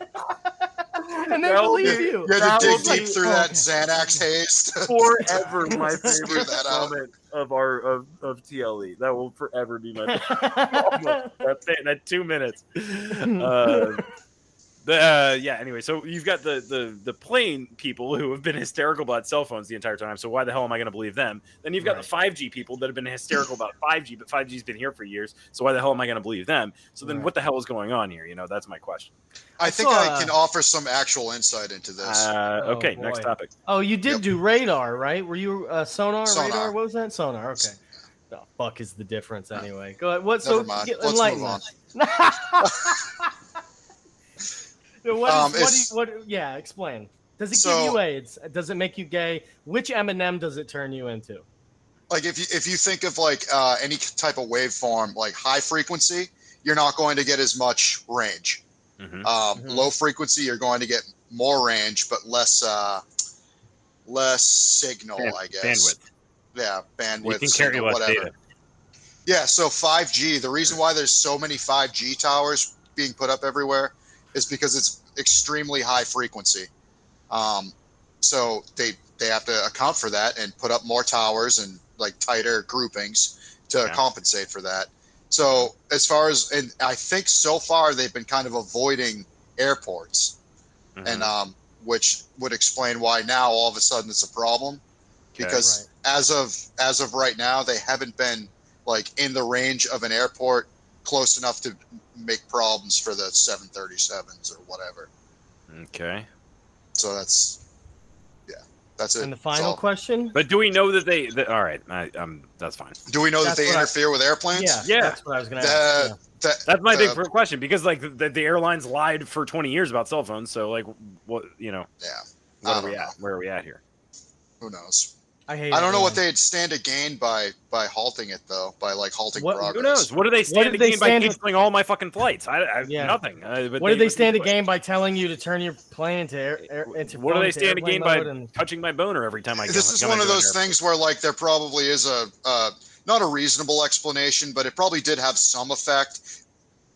B: app, and they
E: Well,
B: believe
C: You,
B: you.
C: you had
E: That
C: to dig
E: will be-
C: deep through that Xanax haze.
E: Forever, my favorite
C: that up.
E: comment of our of, of TLE. That will forever be my. That's it. That two minutes.
D: uh, the, uh, yeah. Anyway, so you've got the, the the plane people who have been hysterical about cell phones the entire time. So why the hell am I going to believe them? Then you've got the five G people that have been hysterical about five G, but five G's been here for years. So why the hell am I going to believe them? So then,
B: Right.
D: what the hell is going on here? You know, that's my question.
C: I think
B: saw,
C: I can offer some actual insight into this.
D: Uh,
B: Oh,
D: okay, next
B: boy.
D: topic.
B: Oh, you did
C: Yep.
B: do radar, right? Were you uh, sonar,
C: Sonar.
B: radar? What was that? Sonar. Okay. The fuck is the difference anyway? Go ahead. What? so
C: Never mind.
B: get-
C: Let's
B: enlighten
C: move on.
B: us. So what is-
C: Um,
B: what
C: it's-
B: do you- what- Yeah, explain. Does it
C: So-
B: give you AIDS? Does it make you gay? Which M&M does it turn you into?
C: Like if you if you think of like uh, any type of waveform, like high frequency, you're not going to get as much range.
D: Mhm.
C: Um,
B: Mhm.
C: Low frequency, you're going to get more range, but less uh, less signal.
D: Band-
C: I guess
D: Bandwidth.
C: Yeah, bandwidth.
D: you can carry
C: signal,
D: less
C: whatever.
D: data.
C: Yeah, so 5G, the reason why there's so many 5G towers being put up everywhere is because it's extremely high frequency. Um, so they they have to account for that and put up more towers and like tighter groupings to
D: Yeah.
C: compensate for that. So as far as and I think so far they've been kind of avoiding airports
D: Mhm.
C: and um, which would explain why now all of a sudden it's a problem
D: Okay.
C: because as of as of right now they haven't been like in the range of an airport close enough to make problems for the 737s or whatever
D: okay.
C: so that's yeah that's it
B: And the
C: That's
B: final
C: all.
B: question?
D: But do we know that they? That, all right, I, um, that's fine.
C: do we know that
B: That's
C: they
B: what I-
C: interfere with airplanes
B: Yeah,
D: Yeah.
B: that's what I was going to ask.
C: That- that-
D: That's my big
C: Uh,
D: fir- question because like the, the airlines lied for 20 years about cell phones. So like what you know
C: yeah I
D: what are
C: don't
D: we
C: know.
D: at? Where are we at here?
C: who knows
B: yeah. I hate
C: i don't know what
B: airlines.
C: they'd stand to gain by by halting it though by like halting
B: What- who
C: progress
D: Who knows? What do they stand
B: did
D: to
B: they
D: gain
B: stand
D: by
B: to-
D: canceling all my fucking flights? I, I
B: Yeah.
D: nothing. Uh, but
B: What do they stand to
D: but-
B: gain by telling you to turn your plane into air, air into
D: What do
B: phone
D: they
B: into
D: stand to
B: airplane
D: gain by
B: mode and-
D: touching my boner every time I?
C: this
D: go-
C: is
D: come
C: one of
D: into an
C: those
D: airport?
C: things where like there probably is a uh, not a reasonable explanation but it probably did have some effect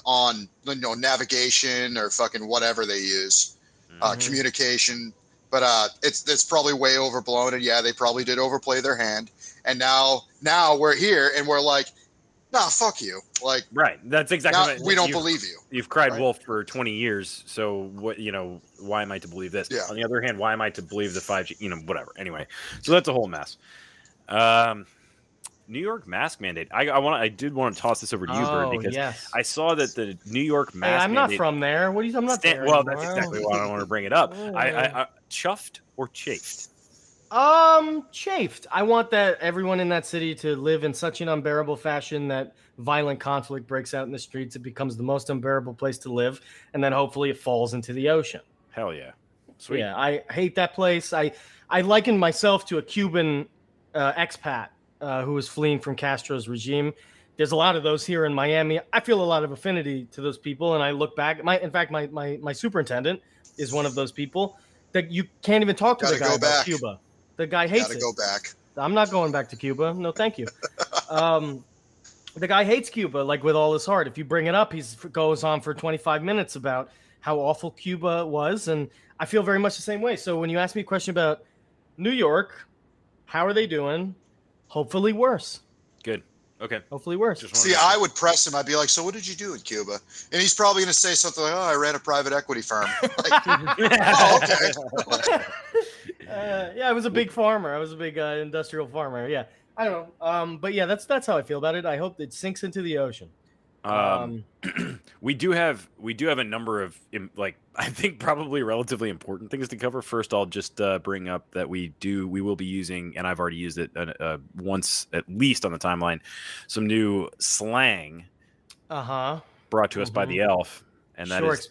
C: on you know navigation or fucking whatever they use uh,
D: Mm-hmm.
B: Mhm.
C: communication but uh it's it's probably way overblown and yeah they probably did overplay their hand and now now we're here and we're like nah fuck you like
D: Right. That's exactly.
C: now
D: what-
C: we don't
D: you-
C: believe you
D: You've cried
C: Right.
D: wolf for 20 years, so what? You know, why am I to believe this?
C: Yeah.
D: On the other hand, why am I to believe the 5G? You know, whatever. Anyway, so that's a whole mess. Um, New York mask mandate. I, I want. I did want to toss this over to you, Bird,
B: Oh,
D: because
B: yes.
D: I saw that the New York
B: Hey,
D: mask.
B: I'm not
D: mandate
B: from there. What do you? I'm not
D: stand-
B: there.
D: well, that's
B: anymore.
D: exactly why I want to bring it up. I, I,
B: Oh.
D: I chuffed or chafed.
B: Um, chafed. I want that everyone in that city to live in such an unbearable fashion that violent conflict breaks out in the streets. It becomes the most unbearable place to live, and then hopefully it falls into the ocean.
D: Hell yeah, sweet.
B: Yeah, I hate that place. I I liken myself to a Cuban uh, expat uh, who was fleeing from Castro's regime. There's a lot of those here in Miami. I feel a lot of affinity to those people, and I look back. My in fact, my my, my superintendent is one of those people that you can't even talk to the
C: Gotta
B: guy
C: go
B: about
C: back.
B: Cuba. The guy hates
C: gotta
B: it.
C: go back
B: I'm not going back to Cuba. No, thank you. Um, the guy hates Cuba like with all his heart. If you bring it up, he goes on for 25 minutes about how awful Cuba was, and I feel very much the same way. So when you ask me a question about New York, how are they doing? Hopefully worse.
D: Good. Okay.
B: Hopefully worse.
D: Just
C: See, I would press him. I'd be like, "So, what did you do in Cuba?" And he's probably going to say something like, "Oh, I ran a private equity firm." Like, oh, okay.
B: Uh, yeah, I was a big farmer. I was a big uh, industrial farmer. Yeah, I don't know. Um, but yeah, that's that's how I feel about it. I hope it sinks into the ocean.
D: um, we do have we do have a number of im- like i think probably relatively important things to cover first i'll just uh, bring up that we do we will be using and i've already used it uh, uh, once at least on the timeline some new slang
B: uh huh.
D: brought to us by
B: Mhm.
D: the elf and that is
B: Sure, it's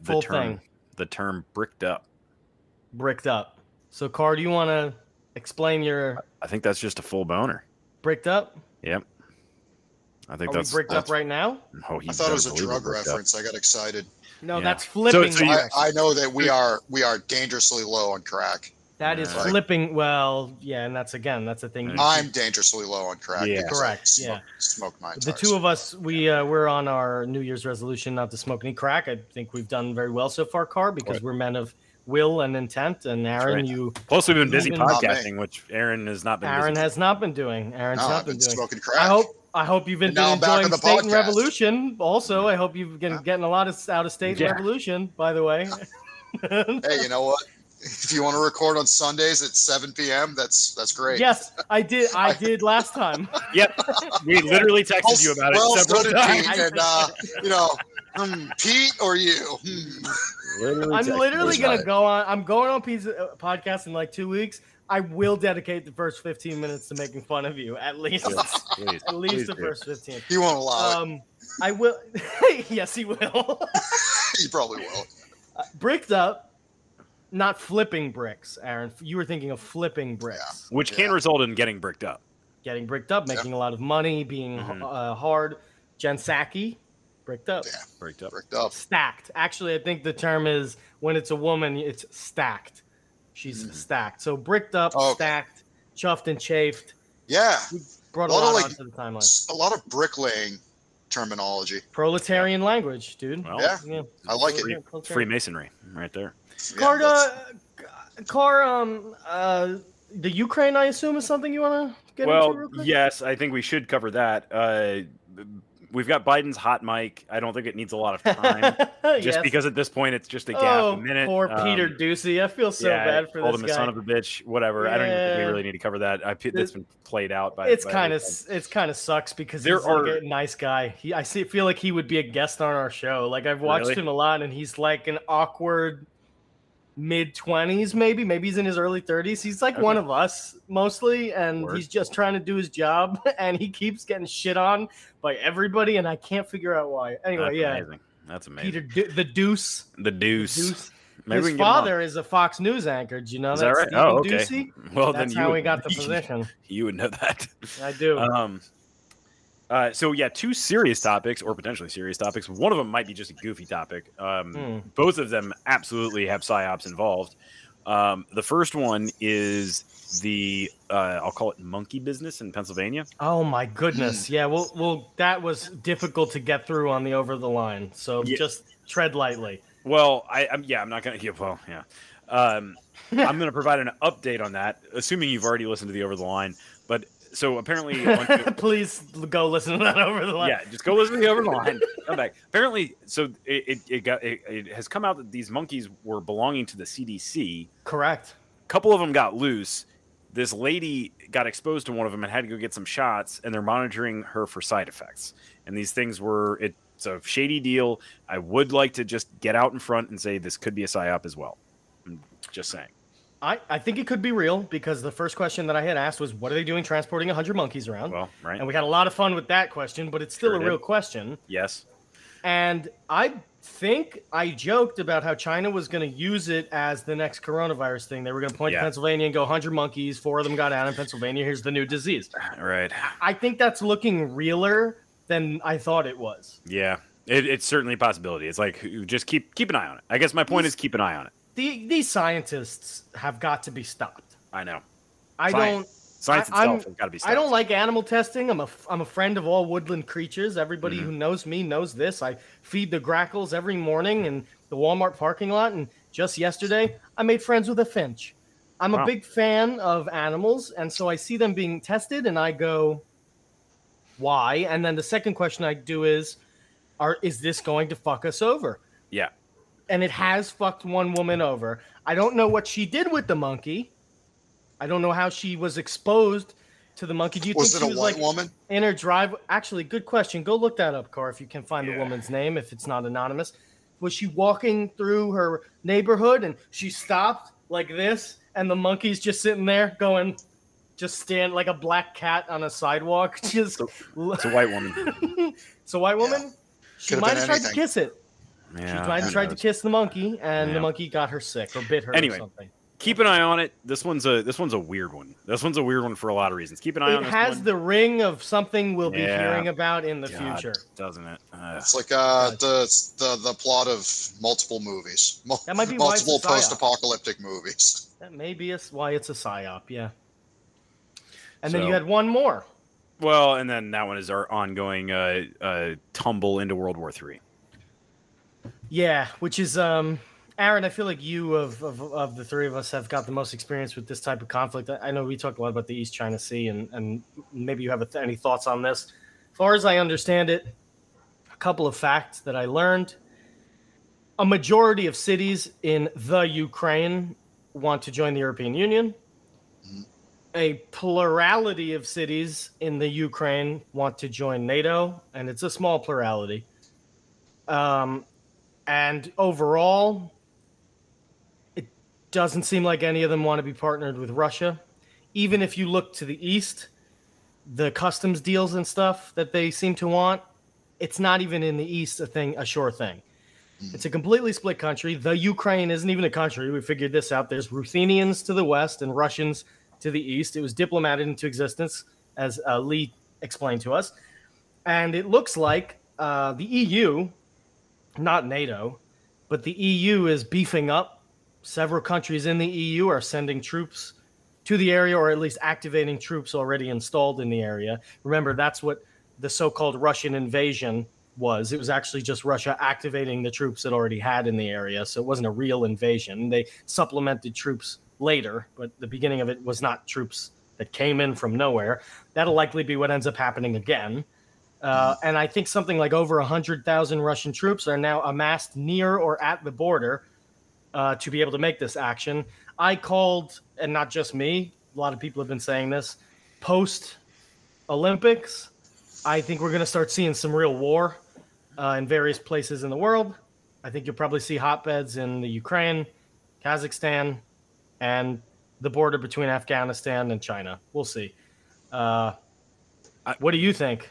D: the
B: full
D: term
B: thing
D: the term bricked up
B: bricked up. So, Car, do you want to explain your
D: i think that's just a full boner
B: bricked up?
D: yep i think
B: Are we
D: that's
B: bricked up
D: that's-
B: right now?
D: oh, he
C: I thought it was a
D: doesn't believe
C: drug
D: we're bricked up.
C: reference. I got excited.
B: No,
D: Yeah.
B: that's flipping.
D: so you-
B: bricked.
C: I, I know that we are we are dangerously low on crack.
B: That is
C: Right.
B: flipping. Well, yeah, and that's again, that's the thing. you-
C: I'm dangerously low on crack.
D: Yeah.
C: because I
B: Correct,
C: smoke-
B: yeah.
C: Smoked my
B: the two of us, we uh, we're on our New Year's resolution not to smoke any crack. I think we've done very well so far, Car, because
D: Right.
B: we're men of will and intent. And Aaron,
D: right.
B: you,
D: plus we've been busy
B: Not
C: me.
D: podcasting which aaron has not been
B: Aaron
D: busy.
B: has not been doing. Aaron's
C: No,
B: not
C: I've
B: been
C: been
B: doing.
C: smoking crack.
B: I hope I hope you've been
C: And now
B: doing
C: I'm back
B: enjoying
C: on the
B: state and
C: podcast.
B: revolution. Also, I hope you've been
C: Yeah.
B: getting a lot of out of state
D: Yeah.
B: revolution. By the way,
C: Hey, you know what? If you want to record on Sundays at 7 p.m., that's that's great.
B: yes, I did. I did last time.
D: Yep. We literally texted
C: Well,
D: you about
C: well,
D: it
C: so
D: several
C: did
D: times.
C: Pete, and uh, you know, hmm, Pete or you? Hmm.
B: I'm literally gonna
D: go.
B: go on. I'm going on pizza uh, podcast in like two weeks. I will dedicate the first 15 minutes to making fun of you, at least,
D: Please,
B: at least
D: please
B: the
D: do. Uh,
B: first 15.
C: He won't allow
B: Um, I will. yes, he will.
C: it. He probably will.
B: Uh, bricked up, not flipping bricks, Aaron. You were thinking of flipping bricks.
D: Which can
C: Yeah.
D: result in getting bricked up.
B: getting bricked up,
C: Yeah.
B: making a lot of money, being
D: Mhm.
B: uh, hard. Jen Psaki, bricked up,
C: Yeah.
D: Bricked up.
C: Bricked up.
B: stacked. Actually, I think the term is when it's a woman, it's stacked. She's
C: Mhm.
B: stacked. So bricked up,
C: Oh, okay.
B: stacked, chuffed and chafed.
C: Yeah,
B: Brought a
C: A lot
B: lot
C: of, like,
B: onto the timeline.
C: s- a lot of bricklaying terminology.
B: Proletarian language, dude.
D: Well,
C: Yeah.
B: yeah.
C: I like it.
D: Free-
B: Proletarian-
D: Freemasonry, right there.
C: Yeah,
B: Car,
C: that's-
B: uh, car, um, uh, the Ukraine, I assume, is something you want to get into.
D: Well,
B: real quick?
D: yes, I think we should cover that. Uh, b- we've got Biden's hot mic. I don't think it needs a lot of time, just
B: Yes.
D: because at this point it's just a gap
B: oh,
D: a minute.
B: poor Peter
D: Um,
B: Ducey. I feel so
D: yeah,
B: bad for
D: called
B: this
D: him
B: guy.
D: a son of a bitch. Whatever. I don't even think we
B: Yeah.
D: really need to cover that. I, that's been played out by.
B: it's
D: by
B: kind of
D: everything.
B: it's kind of sucks because
D: There
B: he's like
D: are-
B: a nice guy. He I see, feel like he would be a guest on our show. Like I've watched
D: Really?
B: him a lot, and he's like an awkward mid twenties, maybe maybe he's in his early thirties. He's like one
D: Okay.
B: of us mostly, and
D: Word.
B: he's just trying to do his job, and he keeps getting shit on by everybody, and I can't figure out why. Anyway,
D: That's
B: yeah,
D: amazing. That's amazing.
B: Peter Du- the Deuce,
D: the deuce.
B: Deuce.
D: Maybe we
B: his
D: can get him on.
B: father is a Fox News anchor. Do you know
D: Is that right?
B: Stephen
D: Oh, okay.
B: Ducey?
D: Well,
B: That's
D: then you
B: how
D: would,
B: we got the position.
D: You would know that.
B: I do.
D: Um, uh, so yeah, two serious topics or potentially serious topics. One of them might be just a goofy topic. Um,
B: Hmm.
D: Both of them absolutely have psyops involved. Um, the first one is the uh, I'll call it monkey business in Pennsylvania.
B: Oh my goodness.
D: Hmm.
B: Yeah, well well that was difficult to get through on the over the line. So
D: Yeah.
B: just tread lightly.
D: Well, I, I'm yeah, I'm not gonna give well, yeah. Um, I'm gonna provide an update on that, assuming you've already listened to the over the line. But so apparently, on-
B: Please l- go listen to that over the line.
D: Yeah, just go listen to the over the line. Come back. Apparently, so it, it, it got it, it has come out that these monkeys were belonging to the CDC.
B: Correct.
D: A couple of them got loose. This lady got exposed to one of them and had to go get some shots, and they're monitoring her for side effects. And these things were it's a shady deal. I would like to just get out in front and say this could be a psyop as well. I'm just saying.
B: I, I think it could be real because the first question that I had asked was what are they doing transporting 100 monkeys around?
D: Well, right?
B: and we had a lot of fun with that question, but it's still
D: Sure
B: a
D: did.
B: real question.
D: yes.
B: And I think I joked about how China was going to use it as the next coronavirus thing. They were going to point
D: Yeah.
B: to Pennsylvania and go 100 monkeys, four of them got out in Pennsylvania, here's the new disease.
D: All right.
B: I think that's looking realer than I thought it was.
D: Yeah. It, it's certainly a possibility. It's like just keep keep an eye on it. I guess my point is keep an eye on it.
B: The, these scientists have got to be stopped.
D: I know.
B: I
D: Sci-
B: don't.
D: Science
B: I- I'm-
D: itself has got to be.
B: I don't
D: stopped.
B: like animal testing. I'm a f- I'm a friend of all woodland creatures. Everybody
D: Mm-hmm.
B: who knows me knows this. I feed the grackles every morning in the Walmart parking lot. And just yesterday, I made friends with a finch. I'm a
E: Wow.
B: big fan of animals, and so I see them being tested, and I go, "Why?" And then the second question I do is, "Are is this going to fuck us over?"
D: Yeah.
B: and it has fucked one woman over. I don't know what she did with the monkey. I don't know how she was exposed to the monkey. Do you
C: Was
B: think
C: it
B: she
C: a
B: was
C: white
B: like
C: woman?
B: in her drive? Actually, good question. Go look that up, Car, if you can find the
D: Yeah.
B: woman's name, if it's not anonymous. Was she walking through her neighborhood and she stopped like this, and the monkey's just sitting there going, just stand like a black cat on a sidewalk? Just
D: It's a white woman.
B: it's a white woman. She
C: Could've
B: might
C: been
B: have tried to
C: anything.
B: kiss it.
D: Yeah,
B: She tried,
D: who
B: tried to
D: knows?
B: kiss the monkey, and
D: Yeah.
B: the monkey got her sick or bit her
D: Anyway,
B: or something.
D: Keep an eye on it. This one's a this one's a weird one. This one's a weird one for a lot of reasons. Keep an eye
B: It
D: on this
B: has
D: one.
B: the ring of something we'll
D: Yeah.
B: be hearing about in the
D: God,
B: future.
D: doesn't it? Ugh.
C: It's like uh, the, the the plot of multiple movies, Mul-
B: That might be why it's a
C: multiple
B: psyop.
C: post-apocalyptic movies.
B: That may be a s why it's a psyop, yeah. And then you
D: So-
B: had one more.
D: Well, and then that one is our ongoing uh, uh, tumble into World War Three.
B: Yeah, which is um Aaron, I feel like you of, of of the three of us have got the most experience with this type of conflict. I, I know we talked a lot about the East China Sea, and and maybe you have a th- any thoughts on this. As far as I understand it, a couple of facts that I learned: a majority of cities in the Ukraine want to join the European Union. A plurality of cities in the Ukraine want to join NATO, and it's a small plurality. Um, and overall, it doesn't seem like any of them want to be partnered with Russia. Even if you look to the east, the customs deals and stuff that they seem to want, it's not even in the east a thing, a sure thing. It's a completely split country. The Ukraine isn't even a country. We figured this out. There's Ruthenians to the west and Russians to the east. It was diplomated into existence, as uh, Lee explained to us. And it looks like uh, the EU, not NATO, but the EU is beefing up. Several countries in the EU are sending troops to the area or at least activating troops already installed in the area. Remember, that's what the so called Russian invasion was. It was actually just Russia activating the troops it already had in the area. So it wasn't a real invasion. They supplemented troops later, but the beginning of it was not troops that came in from nowhere. That'll likely be what ends up happening again. Uh, and I think something like over 100,000 Russian troops are now amassed near or at the border uh, to be able to make this action. I called, and not just me, a lot of people have been saying this post Olympics. I think we're going to start seeing some real war uh, in various places in the world. I think you'll probably see hotbeds in the Ukraine, Kazakhstan, and the border between Afghanistan and China. We'll see. Uh,
D: I-
B: what do you think?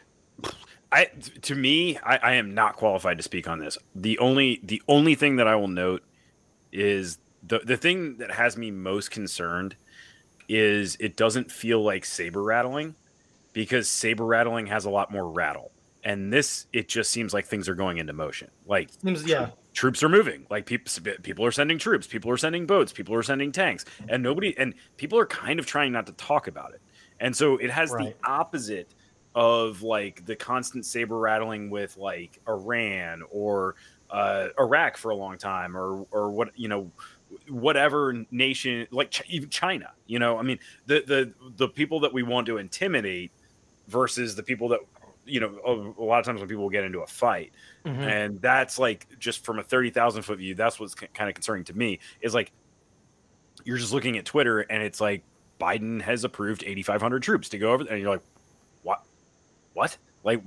D: I t- to me, I, I am not qualified to speak on this. The only the only thing that I will note is the the thing that has me most concerned is it doesn't feel like saber rattling because saber rattling has a lot more rattle. And this it just seems like things are going into motion. Like
B: Seems- yeah.
D: troops are moving like people people are sending troops people are sending boats people are sending tanks and nobody and people are kind of trying not to talk about it and so it has
B: Right.
D: the opposite of like the constant saber rattling with like iran or uh, iraq for a long time or or what you know whatever nation like Ch- even china you know i mean the the the people that we want to intimidate versus the people that you know a, a lot of times when people get into a fight
B: Mhm.
D: and that's like just from a 30,000 foot view that's what's kind of concerning to me is like you're just looking at twitter and it's like biden has approved 8500 troops to go over there and you're like what what like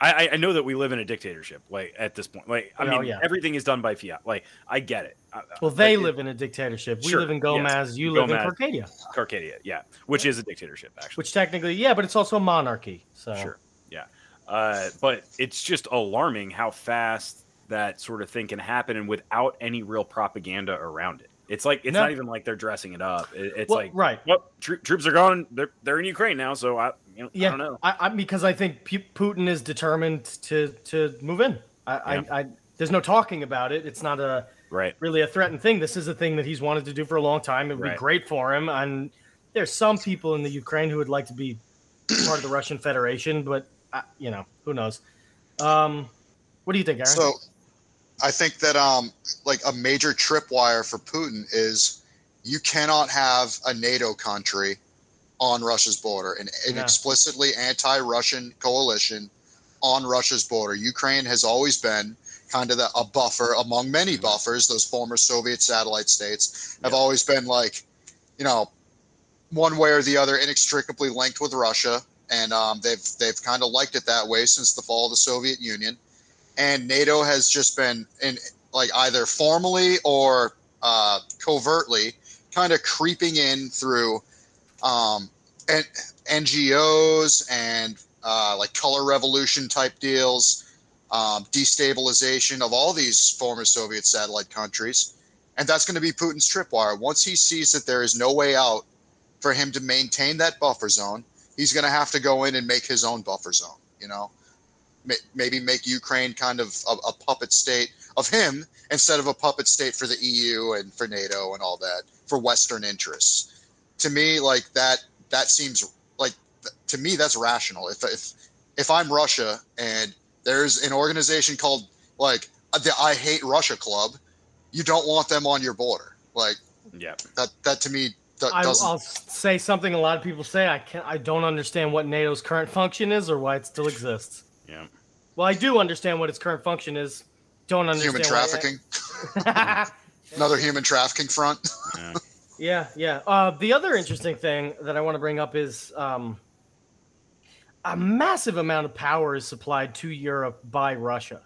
D: I, I- I know that we live in a dictatorship like at this point like i
B: Oh,
D: mean
B: yeah.
D: everything is done by fiat like i get it uh, I,
B: Well, they
D: like,
B: live in a dictatorship. We
D: Sure,
B: live in
D: yes.
B: Gomez. You live
D: Gomaz.
B: in Carcadia,
D: carcadia yeah which is a dictatorship actually
B: which technically, yeah, but it's also a monarchy. So
D: Sure. Yeah. Uh, but it's just alarming how fast that sort of thing can happen and without any real propaganda around it. It's like it's
B: No.
D: not even like they're dressing it up. It- it's
B: Well,
D: like
B: right.
D: well, tro- troops are gone. They're they're in Ukraine now, so I you know, I
B: Yeah,
D: don't know.
B: I, I, because I think P- Putin is determined to to move in. I,
D: Yeah.
B: I, I there's no talking about it. It's not a
D: Right.
B: really a threatened thing. This is a thing that he's wanted to do for a long time. It would
D: Right.
B: be great for him, and there's some people in the Ukraine who would like to be part of the Russian Federation, but uh, you know, who knows? Um, what do you think, Aaron?
C: So I think that um like a major tripwire for Putin is you cannot have a NATO country on Russia's border, an, an
B: No.
C: explicitly anti-Russian coalition on Russia's border. Ukraine has always been kind of the, a buffer among many buffers. Those former Soviet satellite states have always been like, you know, one way or the other, inextricably linked with Russia, and um, they've they've kind of liked it that way since the fall of the Soviet Union. And NATO has just been in like either formally or uh, covertly, kind of creeping in through um, and NGOs and uh, like color revolution type deals, um, destabilization of all these former Soviet satellite countries. And that's going to be Putin's tripwire. Once he sees that there is no way out for him to maintain that buffer zone, he's going to have to go in and make his own buffer zone, you know? Ma- Maybe make Ukraine kind of a, a puppet state of him instead of a puppet state for the EU and for NATO and all that for Western interests to me like that that seems like th- to me that's rational if if if i'm russia and there's an organization called like the i hate russia club you don't want them on your border like
D: Yeah.
C: that that to me that
B: I,
C: doesn't
B: I'll say something a lot of people say. I can not I don't understand what NATO's current function is or why it still exists.
D: Yeah.
B: Well, I do understand what its current function is. Don't understand
C: human
B: why-
C: trafficking another human trafficking front
B: Yeah, yeah. Uh, the other interesting thing that I want to bring up is um, a massive amount of power is supplied to Europe by Russia,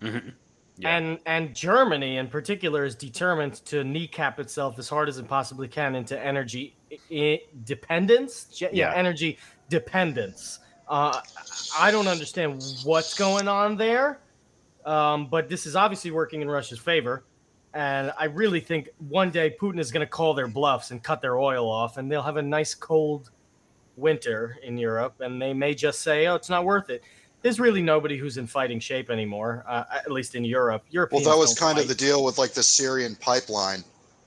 D: Mhm. Yeah.
B: and and Germany in particular is determined to kneecap itself as hard as it possibly can into energy i- i- dependence. Ge- yeah.
D: Yeah.
B: energy dependence. Uh, I don't understand what's going on there, um, but this is obviously working in Russia's favor. And I really think one day Putin is going to call their bluffs and cut their oil off, and they'll have a nice cold winter in Europe. And they may just say, oh, it's not worth it. There's really nobody who's in fighting shape anymore, uh, at least in Europe.
C: well
B: Europeans
C: that was
B: don't
C: kind of the
B: fight.
C: deal with like the syrian pipeline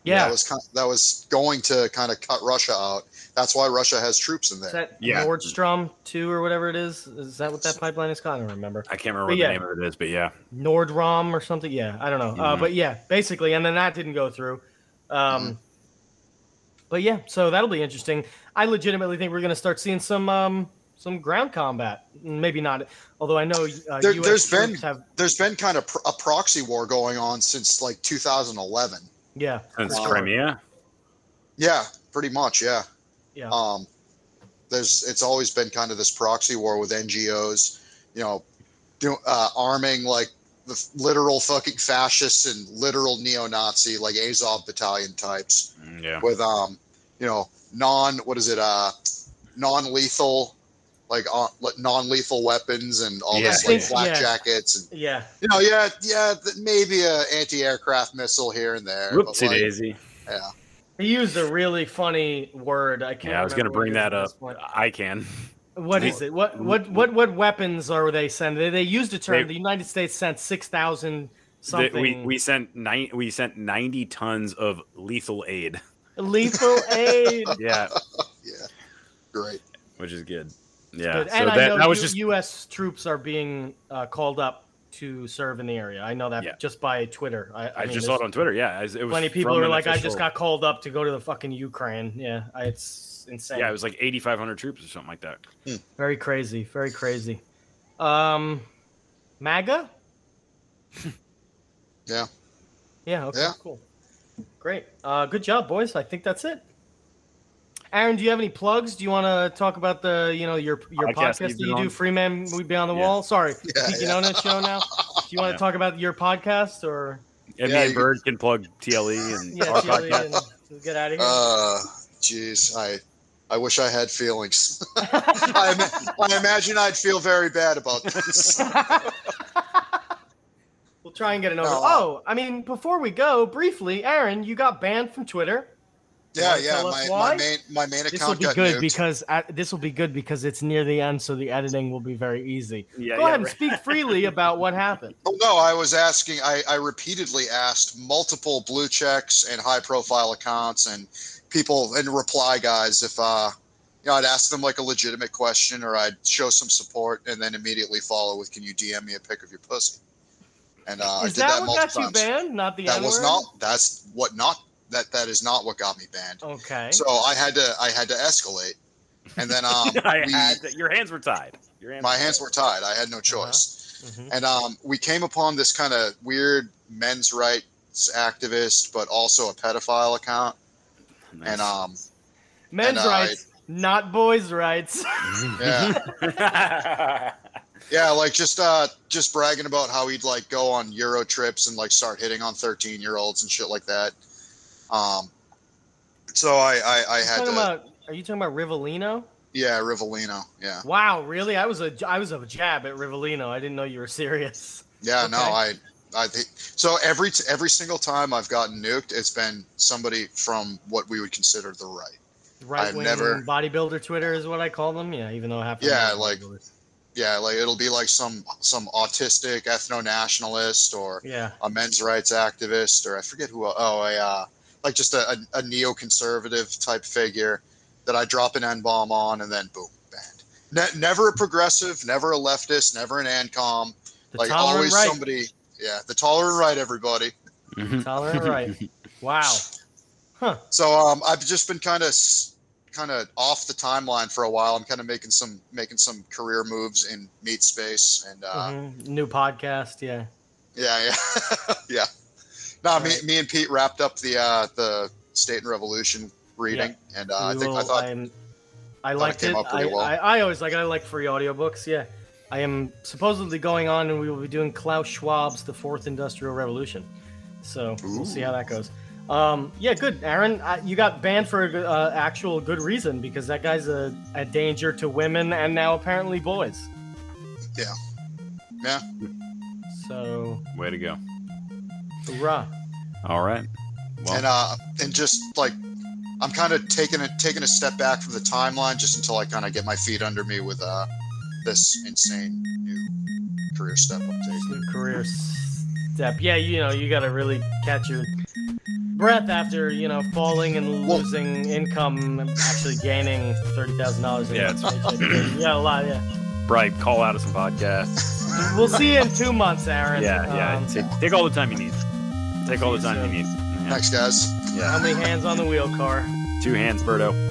B: yeah.
C: that was kind that was going to kind of cut russia out that's why russia has troops in
B: Is
C: there
B: that
D: Yeah.
B: Nordstrom 2 or whatever it is? Is that what that pipeline is called? I don't remember.
D: I can't
B: But
D: remember what
B: yeah.
D: the name of it is, but yeah.
B: Nordrom or something. Yeah, I don't know. Uh,
D: Mhm.
B: but yeah, basically, and then that didn't go through. Um,
D: Mm-hmm.
B: But yeah, so that'll be interesting. I legitimately think we're going to start seeing some um, some ground combat. Maybe not, although I know uh,
C: There-
B: US
C: there's been-
B: troops have.
C: there's been kind of pr- a proxy war going on since like 2011
B: Yeah,
D: Since
C: Wow.
D: Crimea.
C: Yeah, pretty much. Yeah.
B: Yeah.
C: Um, there's it's always been kind of this proxy war with NGOs, you know, do, uh, arming like the f- literal fucking fascists and literal neo-Nazi like Azov battalion types
B: Mm,
D: Yeah.
C: with um, you know, non what is it uh, non-lethal like uh, like, non-lethal weapons and all
D: Yeah,
C: this
D: I
C: like
B: think-
C: flak
B: yeah.
C: jackets and
B: yeah.
C: you know yeah yeah th- maybe a anti-aircraft missile here and there. but,
D: Whoopsie
C: like,
D: daisy.
B: He used a really funny word. I can't.
D: Yeah, I was gonna
B: remember what
D: bring
B: it is at
D: that up.
B: this point.
D: I can.
B: What is it? What what what what weapons are they sending? They, they used a term.
D: They-
B: the United States sent six thousand
D: Th-
B: something.
D: We we sent nine we sent ninety tons of lethal aid.
B: lethal aid.
D: Yeah.
C: yeah, great.
D: Which is good. Yeah.
B: Good.
D: So
B: and I
D: that,
B: know
D: that was
B: U-
D: just
B: U.S. troops are being uh, called up to serve in the area. I know that
D: Yeah.
B: just by Twitter. I,
D: I,
B: mean,
D: just saw
B: there's
D: it on Twitter. Yeah, it was- it was
B: Plenty of people
D: from
B: are
D: an
B: like, I just
D: official-
B: got called up to go to the fucking Ukraine. Yeah, I- it's insane.
D: Yeah, it was like 8,500 troops or something like that.
B: very crazy, very crazy. Um, MAGA.
C: Yeah.
B: Yeah. Okay.
C: Yeah.
B: Cool. Great. Uh, good job, boys. I think that's it. Aaron, do you have any plugs? Do you want to talk about the, you know, your your
D: Podcast
B: podcast,
D: you've
B: that
D: been
B: you do,
D: on?
B: Free Man We Beyond the
D: Yeah.
B: Wall? Sorry,
C: Yeah,
B: Geeking on Ona show now. Do you want
D: Yeah.
B: to talk about your podcast or
D: And
C: Yeah,
D: me and
C: you-
D: Bird can plug TLE and
B: yeah, E.
D: our
B: Julie,
D: podcast.
B: and we'll get out of here?
C: Uh, jeez, I, I wish I had feelings. I, ima- I imagine I'd feel very bad about this.
B: we'll try and get an over.
C: no.
B: Oh, I mean, before we go, briefly, Aaron, you got banned from Twitter.
C: Yeah,
B: wanna
C: yeah.
B: tell us
C: My,
B: why?
C: my main my main
B: This will
C: account
B: be
C: got
B: good
C: nuked.
B: because this will be good because it's near the end, so the editing will be very easy.
D: Yeah,
B: Go
D: yeah,
B: ahead and
D: right.
B: speak freely about what happened.
C: Oh, no, I was asking. I, I repeatedly asked multiple blue checks and high profile accounts and people in reply guys if uh you know I'd ask them like a legitimate question or I'd show some support and then immediately follow with can you DM me a pic of your pussy? And uh, I
B: Is
C: did
B: that,
C: that,
B: what got
C: multiple
B: you
C: times.
B: banned? Not the
C: that
B: N
C: was
B: word?
C: not that's what not that that is not what got me banned.
B: Okay.
C: So I had to I had to escalate. And then um
D: I
C: we,
D: had that. Your hands were tied. Your hands
C: my
D: were
C: hands
D: tied.
C: were tied. I
B: Uh-huh.
C: had no choice.
B: Mhm.
C: And um, we came upon this kind of weird men's rights activist, but also a pedophile account. And um,
B: Men's
C: and I-
B: rights, not boys' rights.
C: yeah,
D: Nice.
C: yeah, like just uh, just bragging about how he'd like go on Euro trips and like start hitting on thirteen year olds and shit like that. Um, so I I, I had
B: talking
C: to
B: about, are you talking about Rivolino?
C: yeah Rivolino yeah
B: Wow, really? I was a I was a jab at Rivolino. I didn't know you were serious.
C: yeah no
B: Okay.
C: I I think so every t- every single time I've gotten nuked, it's been somebody from what we would consider the right.
B: Right wing
C: never-
B: bodybuilder Twitter is what I call them. Yeah, even though half. of
C: Yeah,
B: them are
C: like-
B: bodybuilders.
C: yeah like it'll be like some some autistic ethno-nationalist or
B: Yeah.
C: a men's rights activist or i forget who oh a uh, like just a, a, a neoconservative type figure that i drop an n-bomb on and then boom banned ne- never a progressive never a leftist never an ancom
B: The
C: like
B: tolerant
C: always
B: right.
C: somebody yeah the tolerant right everybody
B: Tolerant right. Wow.
C: so um i've just been kind of kind of off the timeline for a while i'm kind of making some making some career moves in meat space and uh
B: Mhm. New podcast. Yeah.
C: Yeah, yeah, yeah. No, me,
B: Alright.
C: me and Pete wrapped up the uh, the State and Revolution reading, and uh, I
B: We
C: think I
B: will-
C: thought
B: am- I liked
C: came
B: it.
C: out
B: I,
C: pretty well.
B: I, I always like I like free audiobooks. Yeah. I am supposedly going on, and we will be doing Klaus Schwab's The Fourth Industrial Revolution. So we'll see how that goes. Um, yeah, good, Aaron. I, you got banned for an uh, actual good reason because that guy's a, a danger to women and now apparently boys.
C: Yeah. Yeah.
B: So,
F: Way to go.
B: hoorah.
F: All right. Well,
C: and uh, and just like I'm kind of taking a taking a step back from the timeline just until I kind of get my feet under me with uh, this insane new career step I'm taking.
B: New career step. Yeah, you know, you got to really catch your breath after, you know, falling and
C: Well-
B: losing income, and actually gaining $30,000 in
D: Yeah,
B: yeah, yeah, a lot, yeah.
D: Right, call out of some podcasts.
B: We'll see you in two months, Aaron.
D: Yeah, yeah.
B: Um,
D: take, take all the time you need. Take all the time you need. Yeah.
C: Thanks, guys.
B: How many hands on the wheel car?
D: Two hands, Birdo.